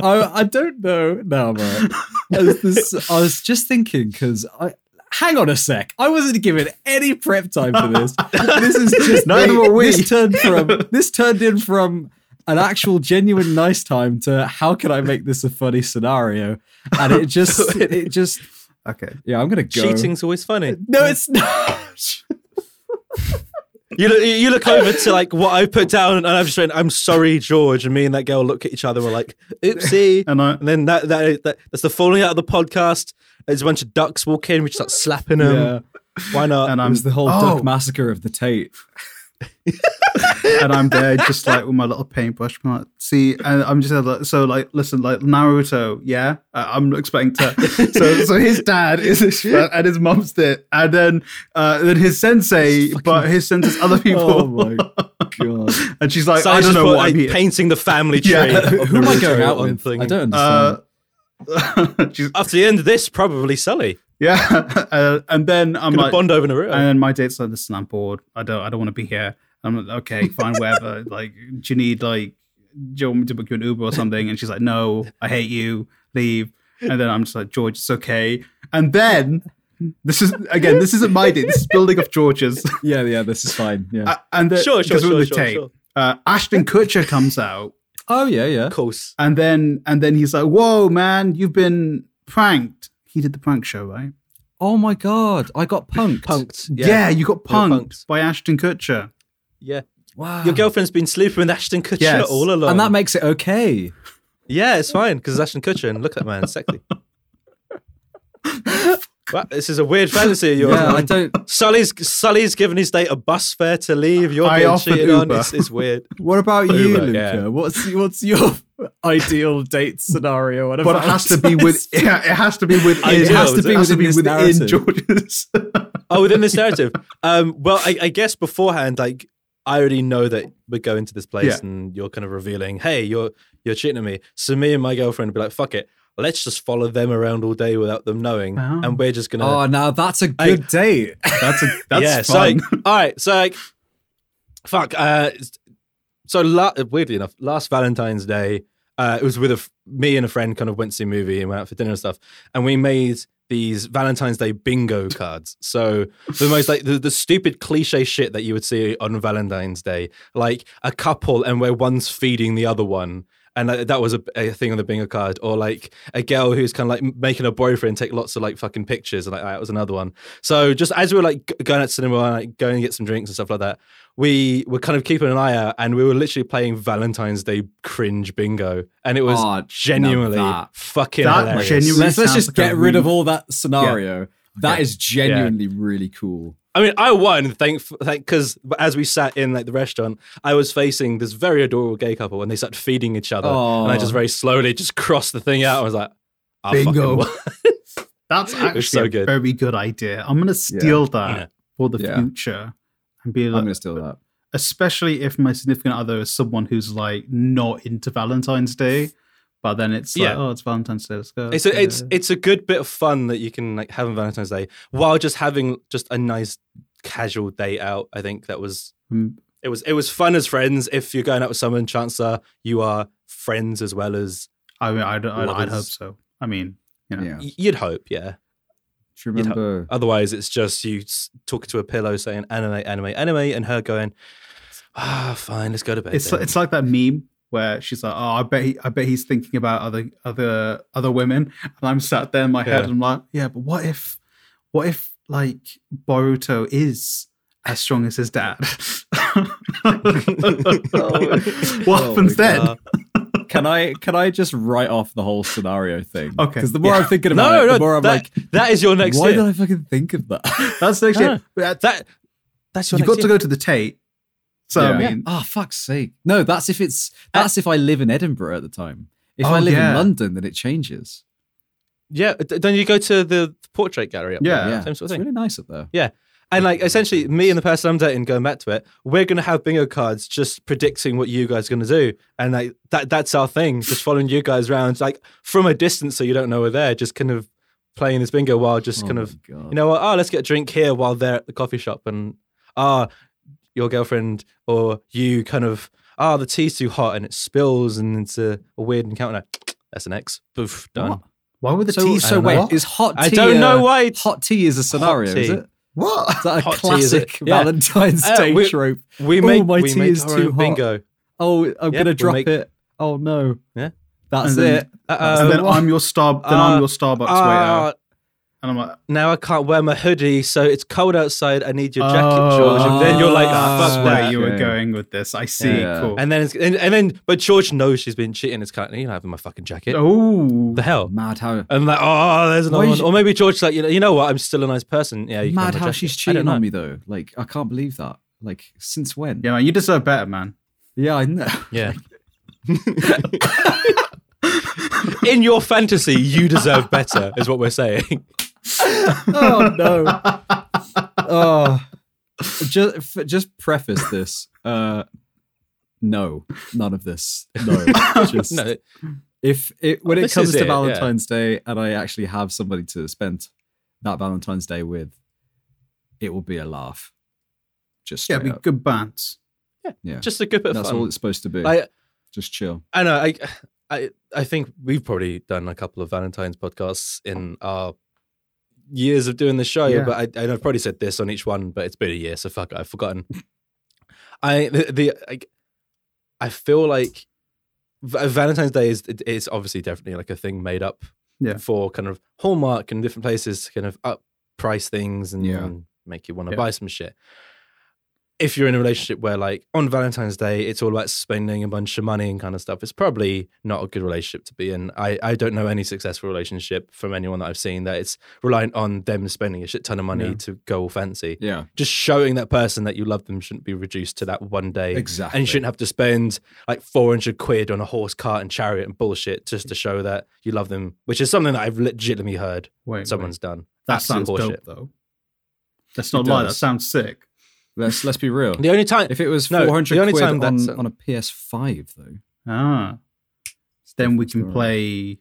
I, I don't know. No, I'm all right. I was, this, I was just thinking because I. Hang on a sec. I wasn't given any prep time for this. This is
[LAUGHS]
just
Neither
me-
were we.
This turned from this turned in from an actual genuine nice time to how can I make this a funny scenario? And
[LAUGHS]
it just it just
okay.
yeah. I'm gonna go.
Cheating's always funny.
No, it's not.
Um,
You look, you look over to like what I put down, and I've just written, "I'm sorry, George." And me and that girl look at each other. We're like,
[LAUGHS]
"Oopsie."
And I
And then that, that, that that's the falling out of the podcast. There's a bunch of ducks walk in. We just start slapping them.
yeah.
Why not?
and
It
I'm
was the whole
oh,
duck massacre of the Tate.
[LAUGHS] and I'm there just like with my little paintbrush. mark. See, and I'm just like, so like, listen, like Naruto, yeah. Uh, I'm expecting to. so, so his dad is his fr- and his mom's there, and then uh, then his sensei, but his sensei's other people,
Oh [LAUGHS] my god!
[LAUGHS] and she's like,
So
I
just
don't know
put,
what
like,
I'm here.
painting the [LAUGHS] family tree.
Yeah.
of the
Who am I
root
going
tree
out
one
with?
thing.
I don't understand.
Uh, [LAUGHS] she's-
After the end of this, probably Sully.
yeah, [LAUGHS] uh, and then I'm
Gonna
like,
bond over Naruto.
And then my date's like, listen, I'm bored. I don't I don't want to be here. I'm like, okay,
[LAUGHS]
fine, whatever. like, do you need like do you want me to book you an Uber or something? And she's like, No, I hate you, leave. And then I'm just like, George, it's okay. And then this is again, this isn't my date, this is building off George's.
yeah, yeah, this is fine. Yeah.
Uh, and then
sure, sure,
'cause we're
sure,
with
sure,
Tate.
sure.
Uh, Ashton Kutcher comes out
oh yeah, yeah.
Of course.
and then and then he's like, Whoa, man, you've been pranked. He did the prank show, right?
Oh my god, I got punked.
Punked.
Yeah, you got
were
punked,
punked.
by Ashton Kutcher.
Yeah.
Wow.
Your girlfriend's been sleeping with Ashton Kutcher
Yes.
all along.
and that makes it okay.
yeah, it's fine because Ashton Kutcher and look at that man, [LAUGHS] sexy. Wow, this is a weird fantasy of yours.
yeah, I
man.
don't.
Sully's Sully's giving his date a bus fare to leave. You're
I
being
offered
cheated on.
Uber.
It's, it's weird.
[LAUGHS]
What about you,
Uber,
Luca?
yeah.
What's what's your [LAUGHS] ideal date scenario? on a
But it has
[LAUGHS]
to be with [LAUGHS] yeah, it has to be with
I
It
do.
has to
It
be
has to
within
be
this
within
narrative.
George's.
Oh, within this narrative. Um, well, I, I guess beforehand, like I already know that we're going to this place,
Yeah.
and you're kind of revealing, "Hey, you're you're cheating on me." So me and my girlfriend would be like, "Fuck it, let's just follow them around all day without them knowing,"
Wow.
and we're just gonna.
Oh, now that's a good date.
that's a that's
yeah, so
fun.
like, [LAUGHS] all right, so like, fuck. Uh, so la- weirdly enough, last Valentine's Day, uh, it was with a f- me and a friend kind of went to see a movie and went out for dinner and stuff, and we made these Valentine's Day bingo cards. So the most like the, the stupid cliche shit that you would see on Valentine's Day, like a couple and where one's feeding the other one. And uh, that was a, a thing on the bingo card, or like a girl who's kind of like m- making her boyfriend take lots of like fucking pictures, and like that was another one. So just as we were like g- going out to cinema and like going and get some drinks and stuff like that, we were kind of keeping an eye out, and we were literally playing Valentine's Day cringe bingo, and it was
Oh, now
genuinely
that-
fucking
that
hilarious.
genuinely-
Let's let's
sounds
just
like
get
a
rid of
really-
all that scenario. That is genuinely really cool.
I mean, I won, thank, thank, because as we sat in like the restaurant, I was facing this very adorable gay couple, and they started feeding each other, and I
Oh.
just very slowly just [LAUGHS] crossed the thing out. I was like, I fucking
Bingo.
won.
[LAUGHS] that's actually
so
a
good.
very good idea. I'm gonna steal that
Yeah.
for the
Yeah.
future and be
I'm
like,
gonna steal that.
especially if my significant other is someone who's like not into Valentine's Day, but then it's like,
Yeah.
oh, it's Valentine's Day, let's go.
It's a, it's it's a good bit of fun that you can like have on Valentine's Day while just having just a nice casual day out. I think that was
Mm.
it was it was fun as friends. If you're going out with someone, chances are you are friends as well as
I mean, I'd, I'd, I'd
Lovers.
hope so. I mean, you know,
Yeah.
y- you'd hope. Yeah.
Do you
You'd hope- [LAUGHS]
remember?
Otherwise, it's just you s- talking to a pillow saying anime, anime, anime, and her going, ah, fine, let's go to bed.
it's
then."
it's like that meme where she's like, oh, I bet he, I bet he's thinking about other other other women, and I'm sat there in my head,
Yeah.
and I'm like, yeah, but what if, what if like Boruto is as strong as his dad? [LAUGHS] what
Oh
happens
my
then?
God.
Can I can I just write off the whole scenario thing?
Okay.
Because the more I'm thinking about
no,
it,
no,
the more I'm
that, that is your
like,
next
why
year.
did I fucking think of that? [LAUGHS]
That's next year. But
that that's your
You've got
next
to
year.
go to the Tate. So I
Yeah.
mean,
oh fuck's sake! No, that's if it's that's if I live in Edinburgh at the time. If
Oh,
I live
yeah.
in London, then it changes.
Yeah, d- don't you go to the portrait gallery? Up
Yeah.
Yeah,
there? same
it's
sort of thing.
really nice up there.
And like essentially, me and the person I'm dating, going back to it, we're gonna have bingo cards, just predicting what you guys are gonna do, and like that that's our thing, just following you guys around, like from a distance, so you don't know we're there, just kind of playing this bingo while just
Oh
kind
my
of
God.
you know what, oh let's get a drink here while they're at the coffee shop, and ah your girlfriend or you kind of ah the tea's too hot and it spills and it's a, a weird encounter. Like, That's an X. Poof, done.
What?
why would the
So, uh,
tea?
so
don't know.
wait,
what?
is hot tea?
I don't know
a-
why.
hot tea is a scenario. Is
tea.
it?
what?
Is that a
Hot tea, is it?
classic
Yeah.
Valentine's
[LAUGHS] Uh,
Day
we-
trope?
We
Oh,
make
my
we
tea
make
is
our
too
own
hot.
bingo.
Oh, I'm
Yeah,
gonna
we'll
drop
make-
it. Oh no.
Yeah.
That's
And then-
it.
Uh-oh.
and then I'm your star. Then I'm
Uh,
your Starbucks
Ah,
waiter, and I'm like,
now I can't wear my hoodie, so it's cold outside. I need your jacket,
Oh,
George. And then you're like, "Ah,
that's
fuck
where
that.
Oh, you were
Yeah.
going with this. I see.
Yeah.
Cool.
And then, it's, and, and then, but George knows she's been cheating. It's kind of, you're not having my fucking jacket.
oh,
The hell?
Mad how
And like, oh, there's another
Why
one.
she-
Or maybe George's like, you know, you know what? I'm still a nice person. Yeah, you can have
mad
my
how
jacket.
she's
I don't
cheating on
know.
me though. Like I can't believe that. Like since when?
yeah, man, you deserve better, man.
Yeah, I
[LAUGHS]
know.
Yeah.
[LAUGHS]
In your fantasy, you deserve better, is what we're saying.
oh no. [LAUGHS] Oh. Just f- just preface this. Uh no, none of this. No. Just
[LAUGHS] No,
if it when it
This
comes
is
to
it, yeah.
Valentine's Day and I actually have somebody to spend that Valentine's Day with, it will be a laugh. Just
Yeah,
straight
be
up.
good bands.
yeah.
just a good bit of
That's
fun.
all it's supposed to be.
Like,
just chill.
I know. I, I, I think we've probably done a couple of Valentine's podcasts in our years of doing the show,
Yeah.
but I, and I've probably said this on each one, but it's been a year, so fuck, it, I've forgotten. [LAUGHS] I the, the I, I feel like Va- Valentine's Day is it- it's obviously definitely like a thing made up
Yeah.
for kind of Hallmark and different places to kind of up price things and
Yeah.
make you want to
Yeah.
buy some shit. If you're in a relationship where like on Valentine's Day it's all about spending a bunch of money and kind of stuff, it's probably not a good relationship to be in. I, I don't know any successful relationship from anyone that I've seen that it's reliant on them spending a shit ton of money
Yeah.
to go all fancy.
Yeah.
Just showing that person that you love them shouldn't be reduced to that one day.
Exactly.
And you shouldn't have to spend like 400 quid on a horse, cart, and chariot and bullshit just to show that you love them, which is something that I've legitimately heard
Wait,
someone's done.
wait. that
absolute
sounds dope
horseshit.
though. Let's not
It
lie. That
does.
sounds sick.
Let's let's be real.
The only time,
If it was
No,
four hundred
the only
quid
time that's- um,
on, on a PS5 though,
Ah, then we can
story.
play.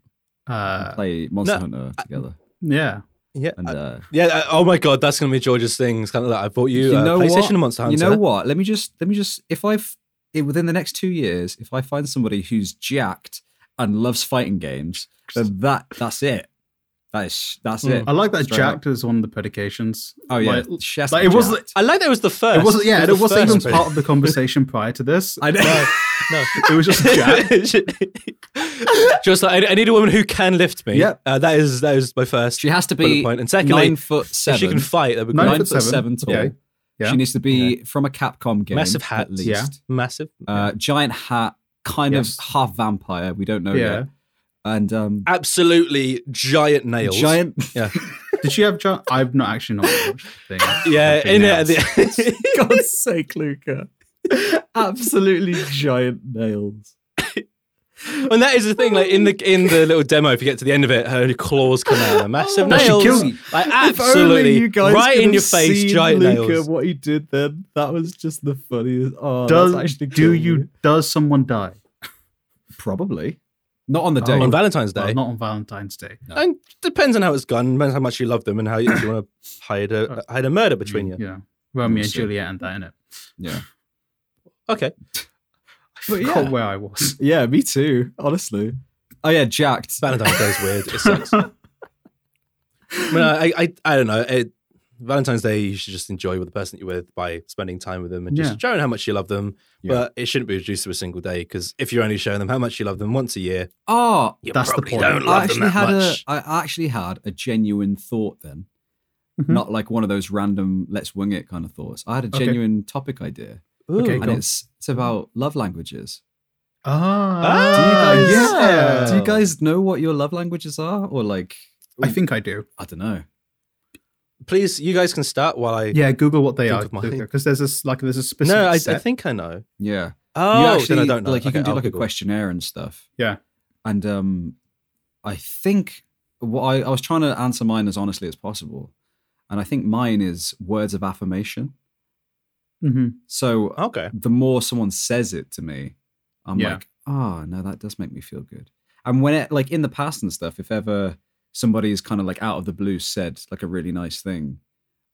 and
Uh,
play Monster
no,
Hunter together.
yeah,
yeah,
And uh,
yeah. uh, Oh my god, that's gonna be George's things. Kind of like I bought you,
You
uh,
know what?
PlayStation and Monster Hunter.
you know what? Let me just let me just if I've if within the next two years, if I find somebody who's jacked and loves fighting games, then that that's it. That is that's it.
Mm.
I like that.
Straight
Jacked is one of the predications.
Oh yeah,
Like-
she has to
like,
be
it wasn't.
jacked.
I like that it was the first.
It wasn't. Yeah, it
the
wasn't
first
even
bit.
part [LAUGHS] of the conversation prior to this.
I know.
[LAUGHS] No,
It was
[LAUGHS]
just Jack.
no. Just like I, I need a woman who can lift me.
Yep.
uh, that is that is my
[LAUGHS]
first.
She has to
bullet
be
point. And secondly,
nine foot seven.
if she can fight, that would be
Nine
nine,
great.
foot
foot
seven.
seven, tall.
Okay. Yeah.
She needs to be from a Capcom game.
Massive
hat, at
hats.
least.
Yeah.
massive.
Uh, giant hat, kind
Yes.
of half vampire. We don't know
Yeah.
yet. And um,
Absolutely giant nails.
giant.
[LAUGHS]
[LAUGHS]
Did she have Jack? I've not actually not watched the thing.
Yeah,
Okay,
in it
now.
at the
God's sake, Luca! Absolutely giant nails.
[LAUGHS] And that is the thing. Like in the in the little demo, if you get to the end of it, her claws come out, her
Oh,
massive
That should
nails.
kill you.
Like
If only you
absolutely,
guys
right
could
in
have
your face,
seen
giant
Luca,
nails.
What he did then, that was just the funniest. Oh, that's
Does
actually
do
killed
you?
me.
Does someone die?
Probably. Not on the day.
On Valentine's Day.
Well, not on Valentine's Day.
And depends on how it's gone, depends how much you love them, and how you, you want to hide a hide a murder between you.
Yeah, Romeo and
Obviously.
Juliet and that in it.
yeah.
Okay,
But
I forgot
yeah,
where I
[LAUGHS]
was.
yeah, me too. Honestly,
Oh yeah, jacked.
Valentine's Day is weird. It [LAUGHS] sucks. I, mean, I, I I don't know. It, Valentine's Day, you should just enjoy with the person that you're with by spending time with them and just
Yeah.
showing how much you love them.
Yeah.
But it shouldn't be reduced to a single day because if you're only showing them how much you love them once a year,
Ah,
Oh,
you
That's the
probably
point.
don't love
I
them
actually
that
had
much.
a I actually had a genuine thought then.
Mhm.
Not like one of those random let's wing it kind of thoughts. I had a
Okay.
genuine topic idea.
Okay,
and
go on.
it's it's about love languages. Do you
Ah,
guys,
yeah.
do you guys know what your love languages are? Or like
I think I do.
I don't know.
Please, you guys can start while I.
Yeah, Google what they
Think
are
of mine.
because there's this like there's a specific.
no, I, I
set.
think I know.
Yeah.
Oh,
you
then
actually
I don't know.
like you
Okay,
can do
I'll
like a
Google.
questionnaire and stuff.
Yeah.
And um I think what I, I was trying to answer mine as honestly as possible. And I think mine is words of affirmation.
Mhm.
So
Okay.
the more someone says it to me, I'm
Yeah.
like, oh no, that does make me feel good. And when it like in the past and stuff, if ever somebody is kind of like out of the blue said like a really nice thing,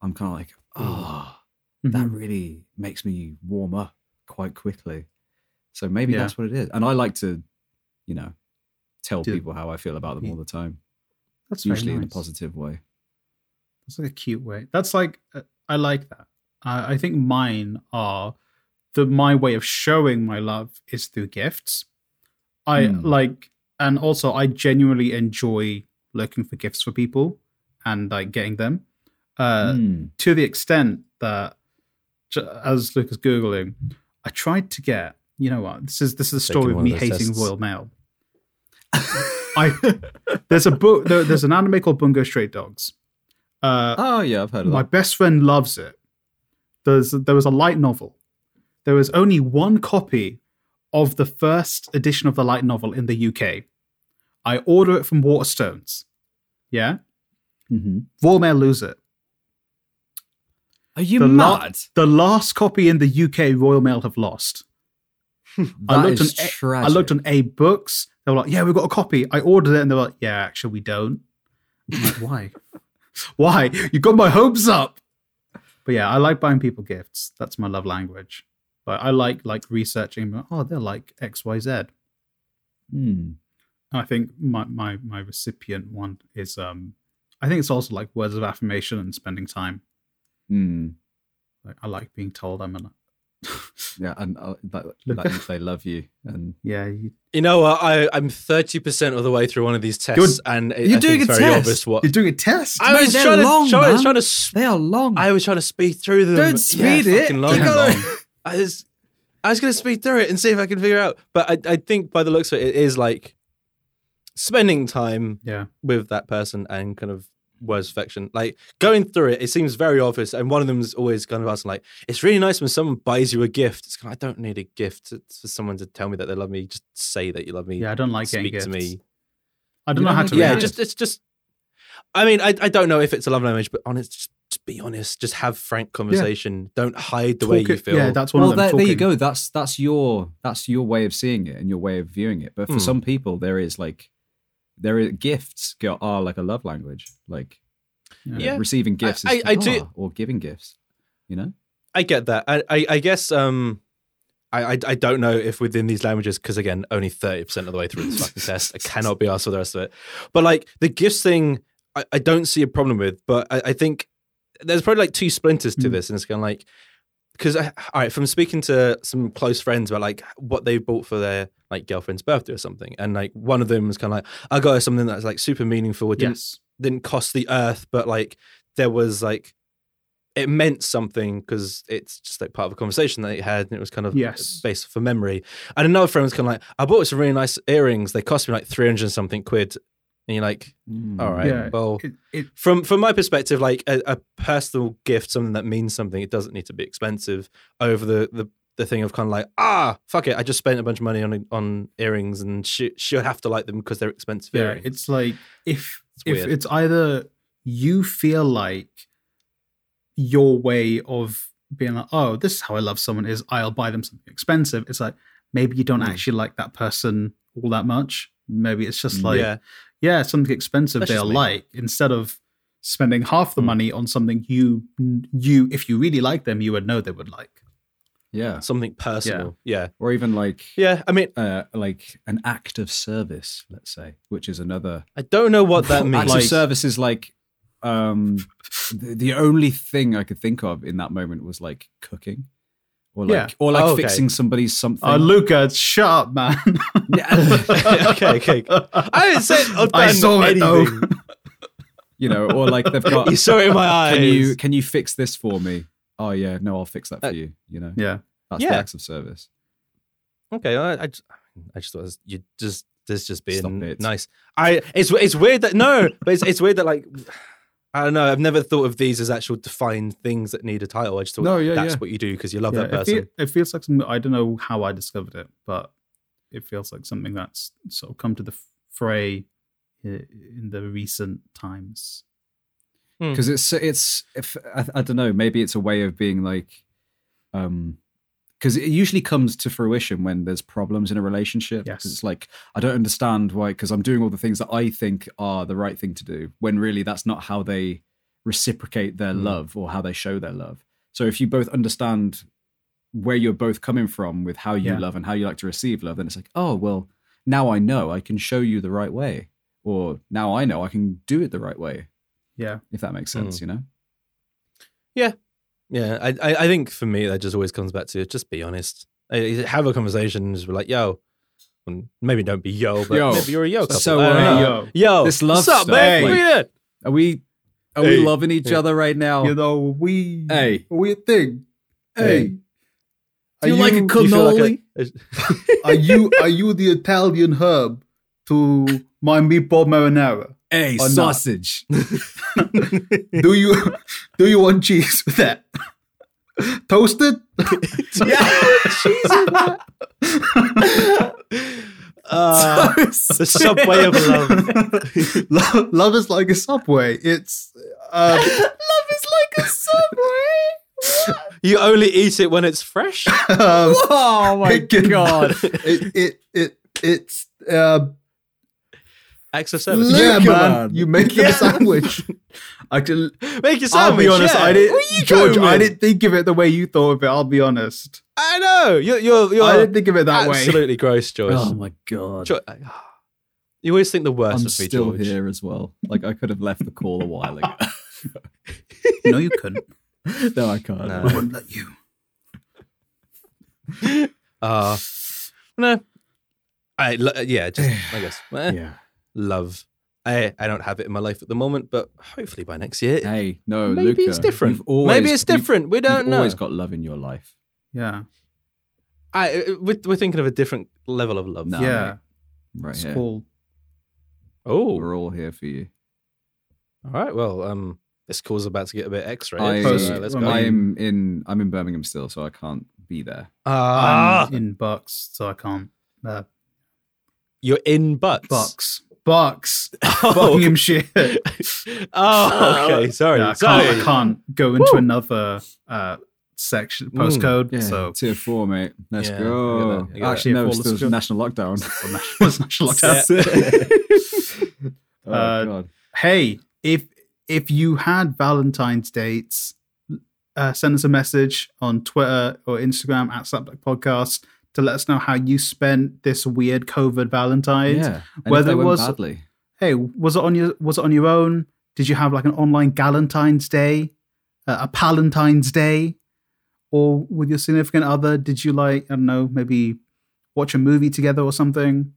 I'm kind of like, oh, that
Mhm.
really makes me warm up quite quickly. So maybe
Yeah.
that's what it is. And I like to, you know, tell
Do-
people how I feel about them all the time,
That's very
usually in a
nice.
positive way.
That's like a cute way. That's like uh, I like that. I I think mine are the my way of showing my love is through gifts. I
Hmm.
like, and also I genuinely enjoy looking for gifts for people and like getting them. Uh,
Mm.
to the extent that ju- as Luke is googling, I tried to get. You know what? This is this is the
Taking
story of
one of
me
those
hating
tests.
Royal Mail. I there's a book there, there's an anime called Bungo Stray Dogs. Uh,
Oh yeah, I've heard of
my
that.
best friend loves it. There's there was a light novel. There was only one copy of the first edition of the light novel in the UK. I order it from Waterstones. Yeah,
Mhm.
Royal Mail lose it.
Are you
The la-
mad?
The last copy in the UK, Royal Mail have lost. I
That
looked
is
on A- [LAUGHS] I
tragic.
looked on A Books. They were like, "Yeah, we've got a copy." I ordered it, and they were like, "Yeah, actually, we don't." I'm like, why? [LAUGHS] why? You got my hopes up. But yeah, I like buying people gifts. That's my love language. Like, I like like researching. Oh, they're like X, Y, Z.
Mm.
I think my my my recipient one is um. I think it's also like words of affirmation and spending time.
Mm.
Like I like being told I'm an.
Yeah, and uh, that,
Look-
that means they love you. And
[LAUGHS] yeah, you,
You know what? I, I'm 30% of the way through one of these tests, and it,
you're
I
doing
think it's
a
very
test.
obvious what.
you're doing a test.
I
Mate,
was
they're
trying to,
long,
try- I was
man.
trying to sp-
they are long.
I was trying to speed through them.
Don't
but-
speed
yeah,
it.
fucking
You
long.
gotta-
I was, I was going to speed through it and see if I can figure out. But I, I think by the looks of it, it is like spending time
Yeah.
with that person and kind of words of affection. Like going through it, it seems very obvious. And one of them is always kind of asking, like, it's really nice when someone buys you a gift. It's kind of, I don't need a gift It's for someone to tell me that they love me. Just say that you love me.
Yeah, I don't like getting
speak
gifts.
to me.
I don't
You
know
don't
how
like
to.
getting
Yeah,
react.
gifts?
just it's just. I mean, I, I don't know if it's a love language, but honest, just, just be honest. Just have frank conversation. Don't hide the way
Talk
you
it-
feel.
Yeah, that's one
well,
of them.
there, there you
talking.
go. That's that's your that's your way of seeing it and your way of viewing it. But for
Hmm.
some people, there is like there are gifts go- are like a love language, like you know,
Yeah.
receiving gifts.
I-
is
I- I do-
"Ah," or giving gifts. You know,
I get that. I I, I guess um. I, I, I don't know if within these languages, because again, only 30% of the way through this fucking test. I cannot be asked for the rest of it. But like the gifts thing, I, I don't see a problem with, but I, I think there's probably like two splinters to
Mm.
this. And it's kind of like, because all right, from speaking to some close friends about like what they bought for their like girlfriend's birthday or something. And like one of them was kind of like, I got her something that's like super meaningful. It didn't
Yes.
didn't cost the earth, but like there was like it meant something because it's just like part of a conversation that they had, and it was kind of
Yes.
based for memory. And another friend was kind of like, I bought some really nice earrings. They cost me like three hundred something quid, and you're like, all right,
Mm. Yeah.
well.
It, it,
From from my perspective, like a, a personal gift, something that means something, it doesn't need to be expensive over the the, the thing of kind of like ah fuck it, I just spent a bunch of money on on earrings and she she'll have to like them because they're expensive
Yeah,
earrings.
it's like if
It's
if
weird.
it's either you feel like your way of being like, oh, this is how I love someone is I'll buy them something expensive. It's like maybe you don't
Mm.
actually like that person all that much. Maybe it's just
Mm.
like yeah,
yeah,
something expensive
That's
they'll
just me.
like instead of spending half the
Mm.
money on something you you if you really like them you would know they would like.
yeah,
something personal. Yeah.
or even like
yeah, I mean,
uh, like an act of service, let's say, which is another
I don't know what [LAUGHS] that means.
Acts
Like-
of service is like um, the, the only thing I could think of in that moment was like cooking, or like
Yeah.
or like
Oh, okay.
fixing somebody's something.
Oh, Luca, shut up, man.
[LAUGHS]
[LAUGHS]
Yeah.
Oh, okay, okay. [LAUGHS] I didn't say I've
I
done
saw it, though.
anything. [LAUGHS]
you know, or like they've got.
you saw it in my [LAUGHS] eyes.
can you can you fix this for me? Oh yeah, no, I'll fix that for
Uh,
you. You know,
yeah.
that's
yeah.
the acts of service.
Okay, I, I, just, I just thought it was- you just this just being
Stop it.
nice. I it's it's weird that no, but it's it's weird that like [SIGHS] I don't know. I've never thought of these as actual defined things that need a title. I just thought
No, yeah,
that's
yeah.
what you do because you love
Yeah,
that
it,
person.
feel- it feels like something. I don't know how I discovered it, but it feels like something that's sort of come to the fray i- in the recent times. Hmm.
because it's it's if I, I don't know maybe it's a way of being like um because it usually comes to fruition when there's problems in a relationship
Yes.
'Cause it's like i don't understand why because i'm doing all the things that i think are the right thing to do when really that's not how they reciprocate their
Hmm.
Mm.
love or how they show their love so if you both understand where you're both coming from with how you
Yeah.
love and how you like to receive love then it's like oh well now i know i can show you the right way or now i know i can do it the right way
Yeah,
if that makes
Hmm.
sense you know
Yeah, I, I I think for me that just always comes back to just be honest. I- I have a conversation and just be like, yo, and maybe don't be yo, but
Yo.
maybe you're a yo couple.
So,
I don't
uh,
know.
yo.
yo,
this love
what's up,
stuff,
man?
like-
What you doing?
Are we are
Hey.
we loving each
Hey.
other right now?
you know we
oh. Hey.
we a thing. Hey,
Do you, like a
Do you feel like
cannoli?
a-
are you are you the Italian herb to my meatball
[LAUGHS]
marinara?
hey,
not?
[LAUGHS] sausage.
Do you [LAUGHS] do you want cheese with that? [LAUGHS] Toasted?
[LAUGHS] [LAUGHS]
[LAUGHS] Uh,
Oh
the subway of love.
[LAUGHS] love, love is like a subway. It's
[LAUGHS]
uh,
You only eat it when it's fresh.
um,
oh my
it can-
god.
[LAUGHS] it it it it's uh,
Acts of service.
yeah,
Luca,
man.
man.
You make them a sandwich. [LAUGHS] I can.
Make your sandwich.
I'll be honest.
yeah.
I
Where you
didn't, George.
going
I
with?
didn't think of it the way you thought of it. I'll be honest.
I know. You're. You're. you're
I didn't think of it that [LAUGHS] way.
absolutely gross, George.
Oh my god.
Jo- [SIGHS] you always think the worst
I'm
of me,
still
George.
here as well. Like I could have left the call a while
[LAUGHS]
ago. [LAUGHS]
No, you couldn't.
no, I can't.
I
No.
wouldn't let you.
Uh, no. I. lo- Yeah.
[SIGHS]
Just. I guess. Eh,
[LAUGHS] Yeah.
Love. I. I don't have it in my life at the moment, but hopefully by next year.
Hey, no,
Maybe
Luca,
it's different.
you've always-
Maybe it's
you've-
different. We
You've,
don't know.
always got love in your life.
Yeah.
I, uh, we're, we're thinking of a different level of love.
No.
yeah.
Right
It's
here.
cool.
Oh,
We're all here for you.
All right. Well, um, this call's about to get a bit
I,
X-rayed.
Post-
so let's go.
remind-
I'm in I'm in Birmingham still, so I can't be there.
Ah,
I'm in bucks, so I can't. Uh,
you're in butts.
bucks. Bucks.
[LAUGHS] Oh,
[LAUGHS] Buckinghamshire.
[LAUGHS] oh
[LAUGHS]
okay. Sorry.
Yeah, I,
Sorry.
can't, I can't go into
Woo.
another uh, section
Mm,
postcode. so
tier four, mate. Let's
Yeah, I
go.
get that, I get that.
Actually,
Tier
no,
four,
it's
let's
still
go.
national lockdown.
[LAUGHS]
[LAUGHS] was national lockdown.
[LAUGHS] oh
Uh,
god.
hey if if you had valentine's dates uh, send us a message on twitter or instagram at slapback podcast to let us know how you spent this weird covid valentine's
Yeah.
whether
Whether
it
it
was-
was badly.
hey was it on your was it on your own did you have like an online galentine's day uh, a palentine's day or with your significant other did you like i don't know maybe watch a movie together or something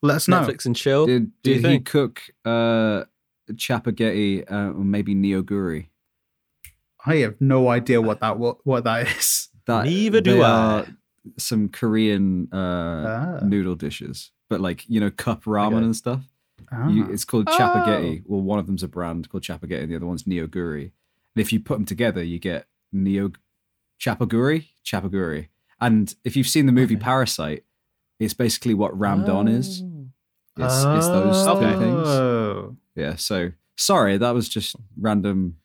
let us know
Netflix and chill.
Did
do you
did he
think?
cook uh chapagetti uh, or maybe neoguri?
i have no idea what that what, what that is
That
Neither do
they
I.
are Some Korean uh,
Ah.
noodle dishes, but like you know, cup ramen
Okay.
and stuff.
Ah. Oh.
You, it's called Chapagetti. Well, one of them's a brand called Chapagetti, and the other one's Neoguri. And if you put them together, you get Neo Chapaguri, Chapaguri. And if you've seen the movie Parasite, it's basically what Ramdon is. It's, it's those three
Okay.
things.
Oh.
Yeah. So sorry, that was just
[LAUGHS]
random.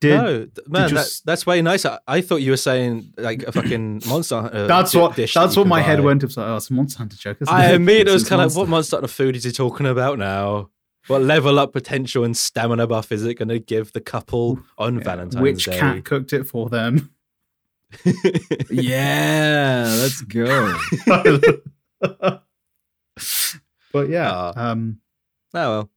Did
no, th- man,
you
that-
s-
that's way nicer. I thought you were saying like a
[COUGHS]
fucking monster. uh,
that's
di-
what
dish that
that's
you
what
can
my head
buy.
went up. Like, oh, it's a Monster Hunter joke. Isn't
I
it? [LAUGHS]
immediately was
It's a
kind of like,
monster-
what monster hunter food is he talking about now? What level up potential and stamina buff is it going to give the couple on Valentine's
Which
Day?
cat cooked it for them?
yeah,
[LAUGHS]
let's go.
but yeah,
Uh,
Ah.
um,
[LAUGHS] Oh well.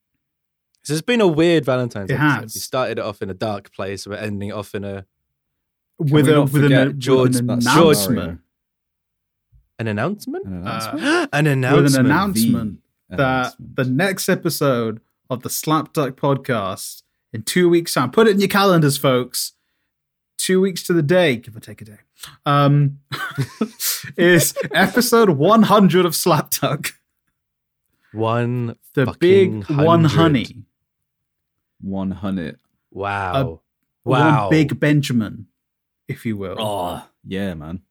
So it's been a weird Valentine's.
It
episode.
has.
We started it off in a dark place, but ending it off in a
with
we
a
not
with
forget
an,
George-
with an
That's
George-
announcement, [GASPS]
an announcement.
An
uh,
announcement.
an
with an
announcement.
announcement
The
that
announcement.
the next episode of the Slapduck podcast in two weeks' time. Put it in your calendars, folks. Two weeks to the day, give or take a day, um, [LAUGHS] is episode 100 of Slapduck.
One.
The
Fucking
big one
100.
honey.
one hundred.
Wow.
One
wow.
big Benjamin, if you will.
Oh yeah, man.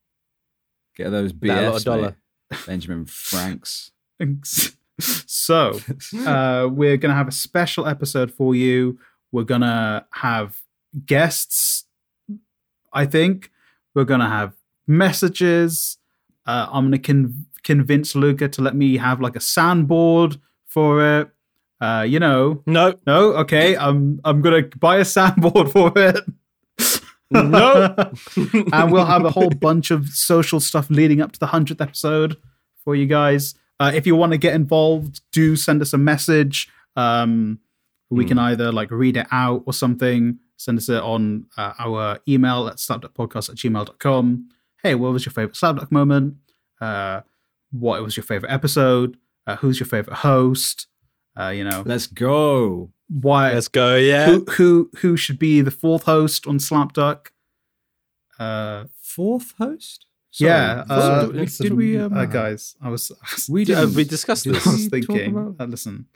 Get those BFs,
That lot of dollar.
mate. Benjamin Franks.
[LAUGHS] so uh, we're gonna have a special episode for you we're gonna have guests i think we're gonna have messages uh, i'm gonna con- convince luca to let me have like a soundboard for it uh, you know
No.
no okay i'm i'm gonna buy a [LAUGHS] soundboard for it [LAUGHS]
No.
[LAUGHS] and we'll have a whole bunch of social stuff leading up to the 100th episode for you guys uh, if you want to get involved do send us a message um, we can either like read it out or something send us it on uh, our email at slapduckpodcast at gmail.com hey what was your favorite slapduck moment uh, what was your favorite episode uh, who's your favorite host uh, you know
Let's go.
why
Let's go. Yeah.
who, who who should be the fourth host on slapduck uh,
Fourth host?
yeah,
Sorry.
uh,
Did- did we? Um,
uh, guys? I was, [LAUGHS] I was,
we
Did-
did.
have we discussed
did
I
this?
was
we talk
thinking.
about-
uh, listen,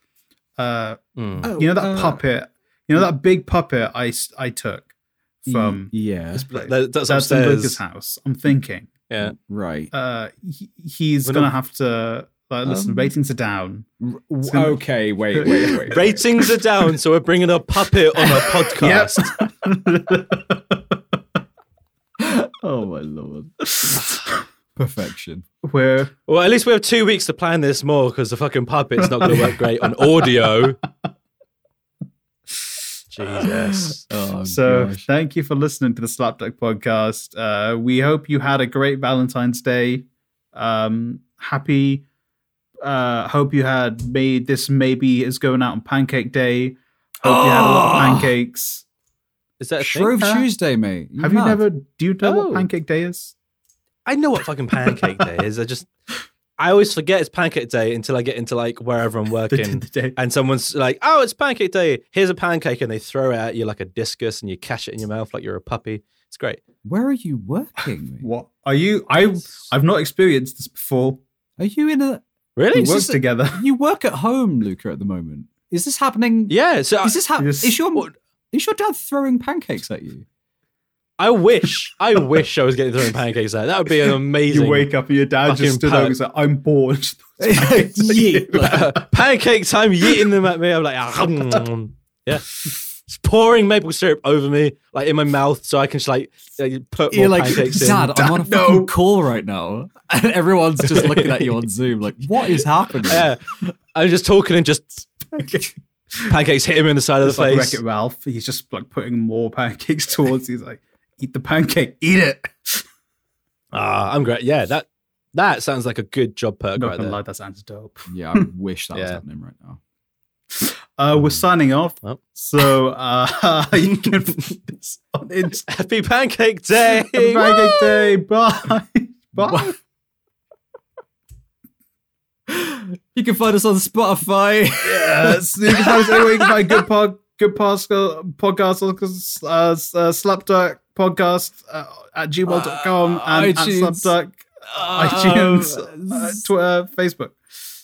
uh,
Mm.
Oh,
you know that
uh,
puppet, you know that big puppet I s- I took from
Yeah.
That- that- that's
that's in
upstairs.
Lucas' house. I'm thinking,
Yeah.
Right.
uh, he, he's
We're
gonna
not-
have to. Uh, listen,
Um,
ratings are down.
R-
gonna-
okay. Wait. Wait. Wait.
[LAUGHS]
wait.
Ratings are down, so we're bringing a puppet on a podcast.
Oh my lord.
[LAUGHS] Perfection.
We're
Well, at least we have two weeks to plan this more because the fucking puppet's not going to work great on audio. Jesus.
Oh,
so
gosh.
thank you for listening to the Slapduck podcast. Uh, we hope you had a great Valentine's Day. Um, happy. Uh, hope you had made this maybe is going out on Pancake Day. Hope you had a lot
Oh!
of pancakes.
Is that a thing?
Shrove
uh,
Tuesday, mate.
Have you
mad?
never? Do you know
Oh.
what Pancake Day is?
I know what fucking pancake day is. I just, I always forget it's pancake day until I get into like wherever I'm working.
day.
And someone's like, "Oh, it's pancake day. Here's a pancake," and they throw it at you like a discus, and you catch it in your mouth like you're a puppy. It's great.
Where are you working? mate?
What are you? I I've not experienced this before.
Are you in a?
We
Really?
Is
work
this a-
together. [LAUGHS]
You work at home, Luca, at the moment. Is this happening?
Yeah. So I,
Is this happening?
Yes.
Is your
What-
is your dad throwing pancakes at you?
I wish, I wish I was getting thrown pancakes at. That would be an amazing.
You
[LAUGHS]
wake up and your dad
Fucking
just stood up
poet.
and said, "I'm bored." [LAUGHS]
Yeet.
Like, pancake time, yeeting them at me. I'm like, ah, mm, mm. yeah. It's pouring maple syrup over me, like in my mouth, so I can just like uh, put more
You're like,
pancakes in.
Dad,
[LAUGHS]
I'm on a
Dad, no."
fucking call right now, [LAUGHS] and everyone's just looking at you on Zoom, like, what is happening?
[LAUGHS] Yeah. I'm just talking and just pancakes hit him in the side of
It's
the
like
face.
Wreck It Ralph. He's just like putting more [LAUGHS] pancakes towards. you. He's like, eat the pancake, eat it.
Ah, I'm great. Yeah, that that sounds like a good job perk
I'm not
right
gonna
there.
lie, that sounds dope.
Yeah, I wish that was
Yeah.
happening right now.
Uh, we're signing off.
Mm. Well.
So uh, [LAUGHS] you can find us on Instagram.
[LAUGHS] Happy Pancake Day!
Happy Pancake Day. Bye. Bye.
You can find us on Spotify. [LAUGHS]
[LAUGHS] yes. You can find us anywhere. You can find good pod, good Pascal podcast, uh, uh, Slapduck podcast uh, at gmail.com
Uh,
and at
iTunes.
Slapduck, iTunes, uh, Twitter, Facebook.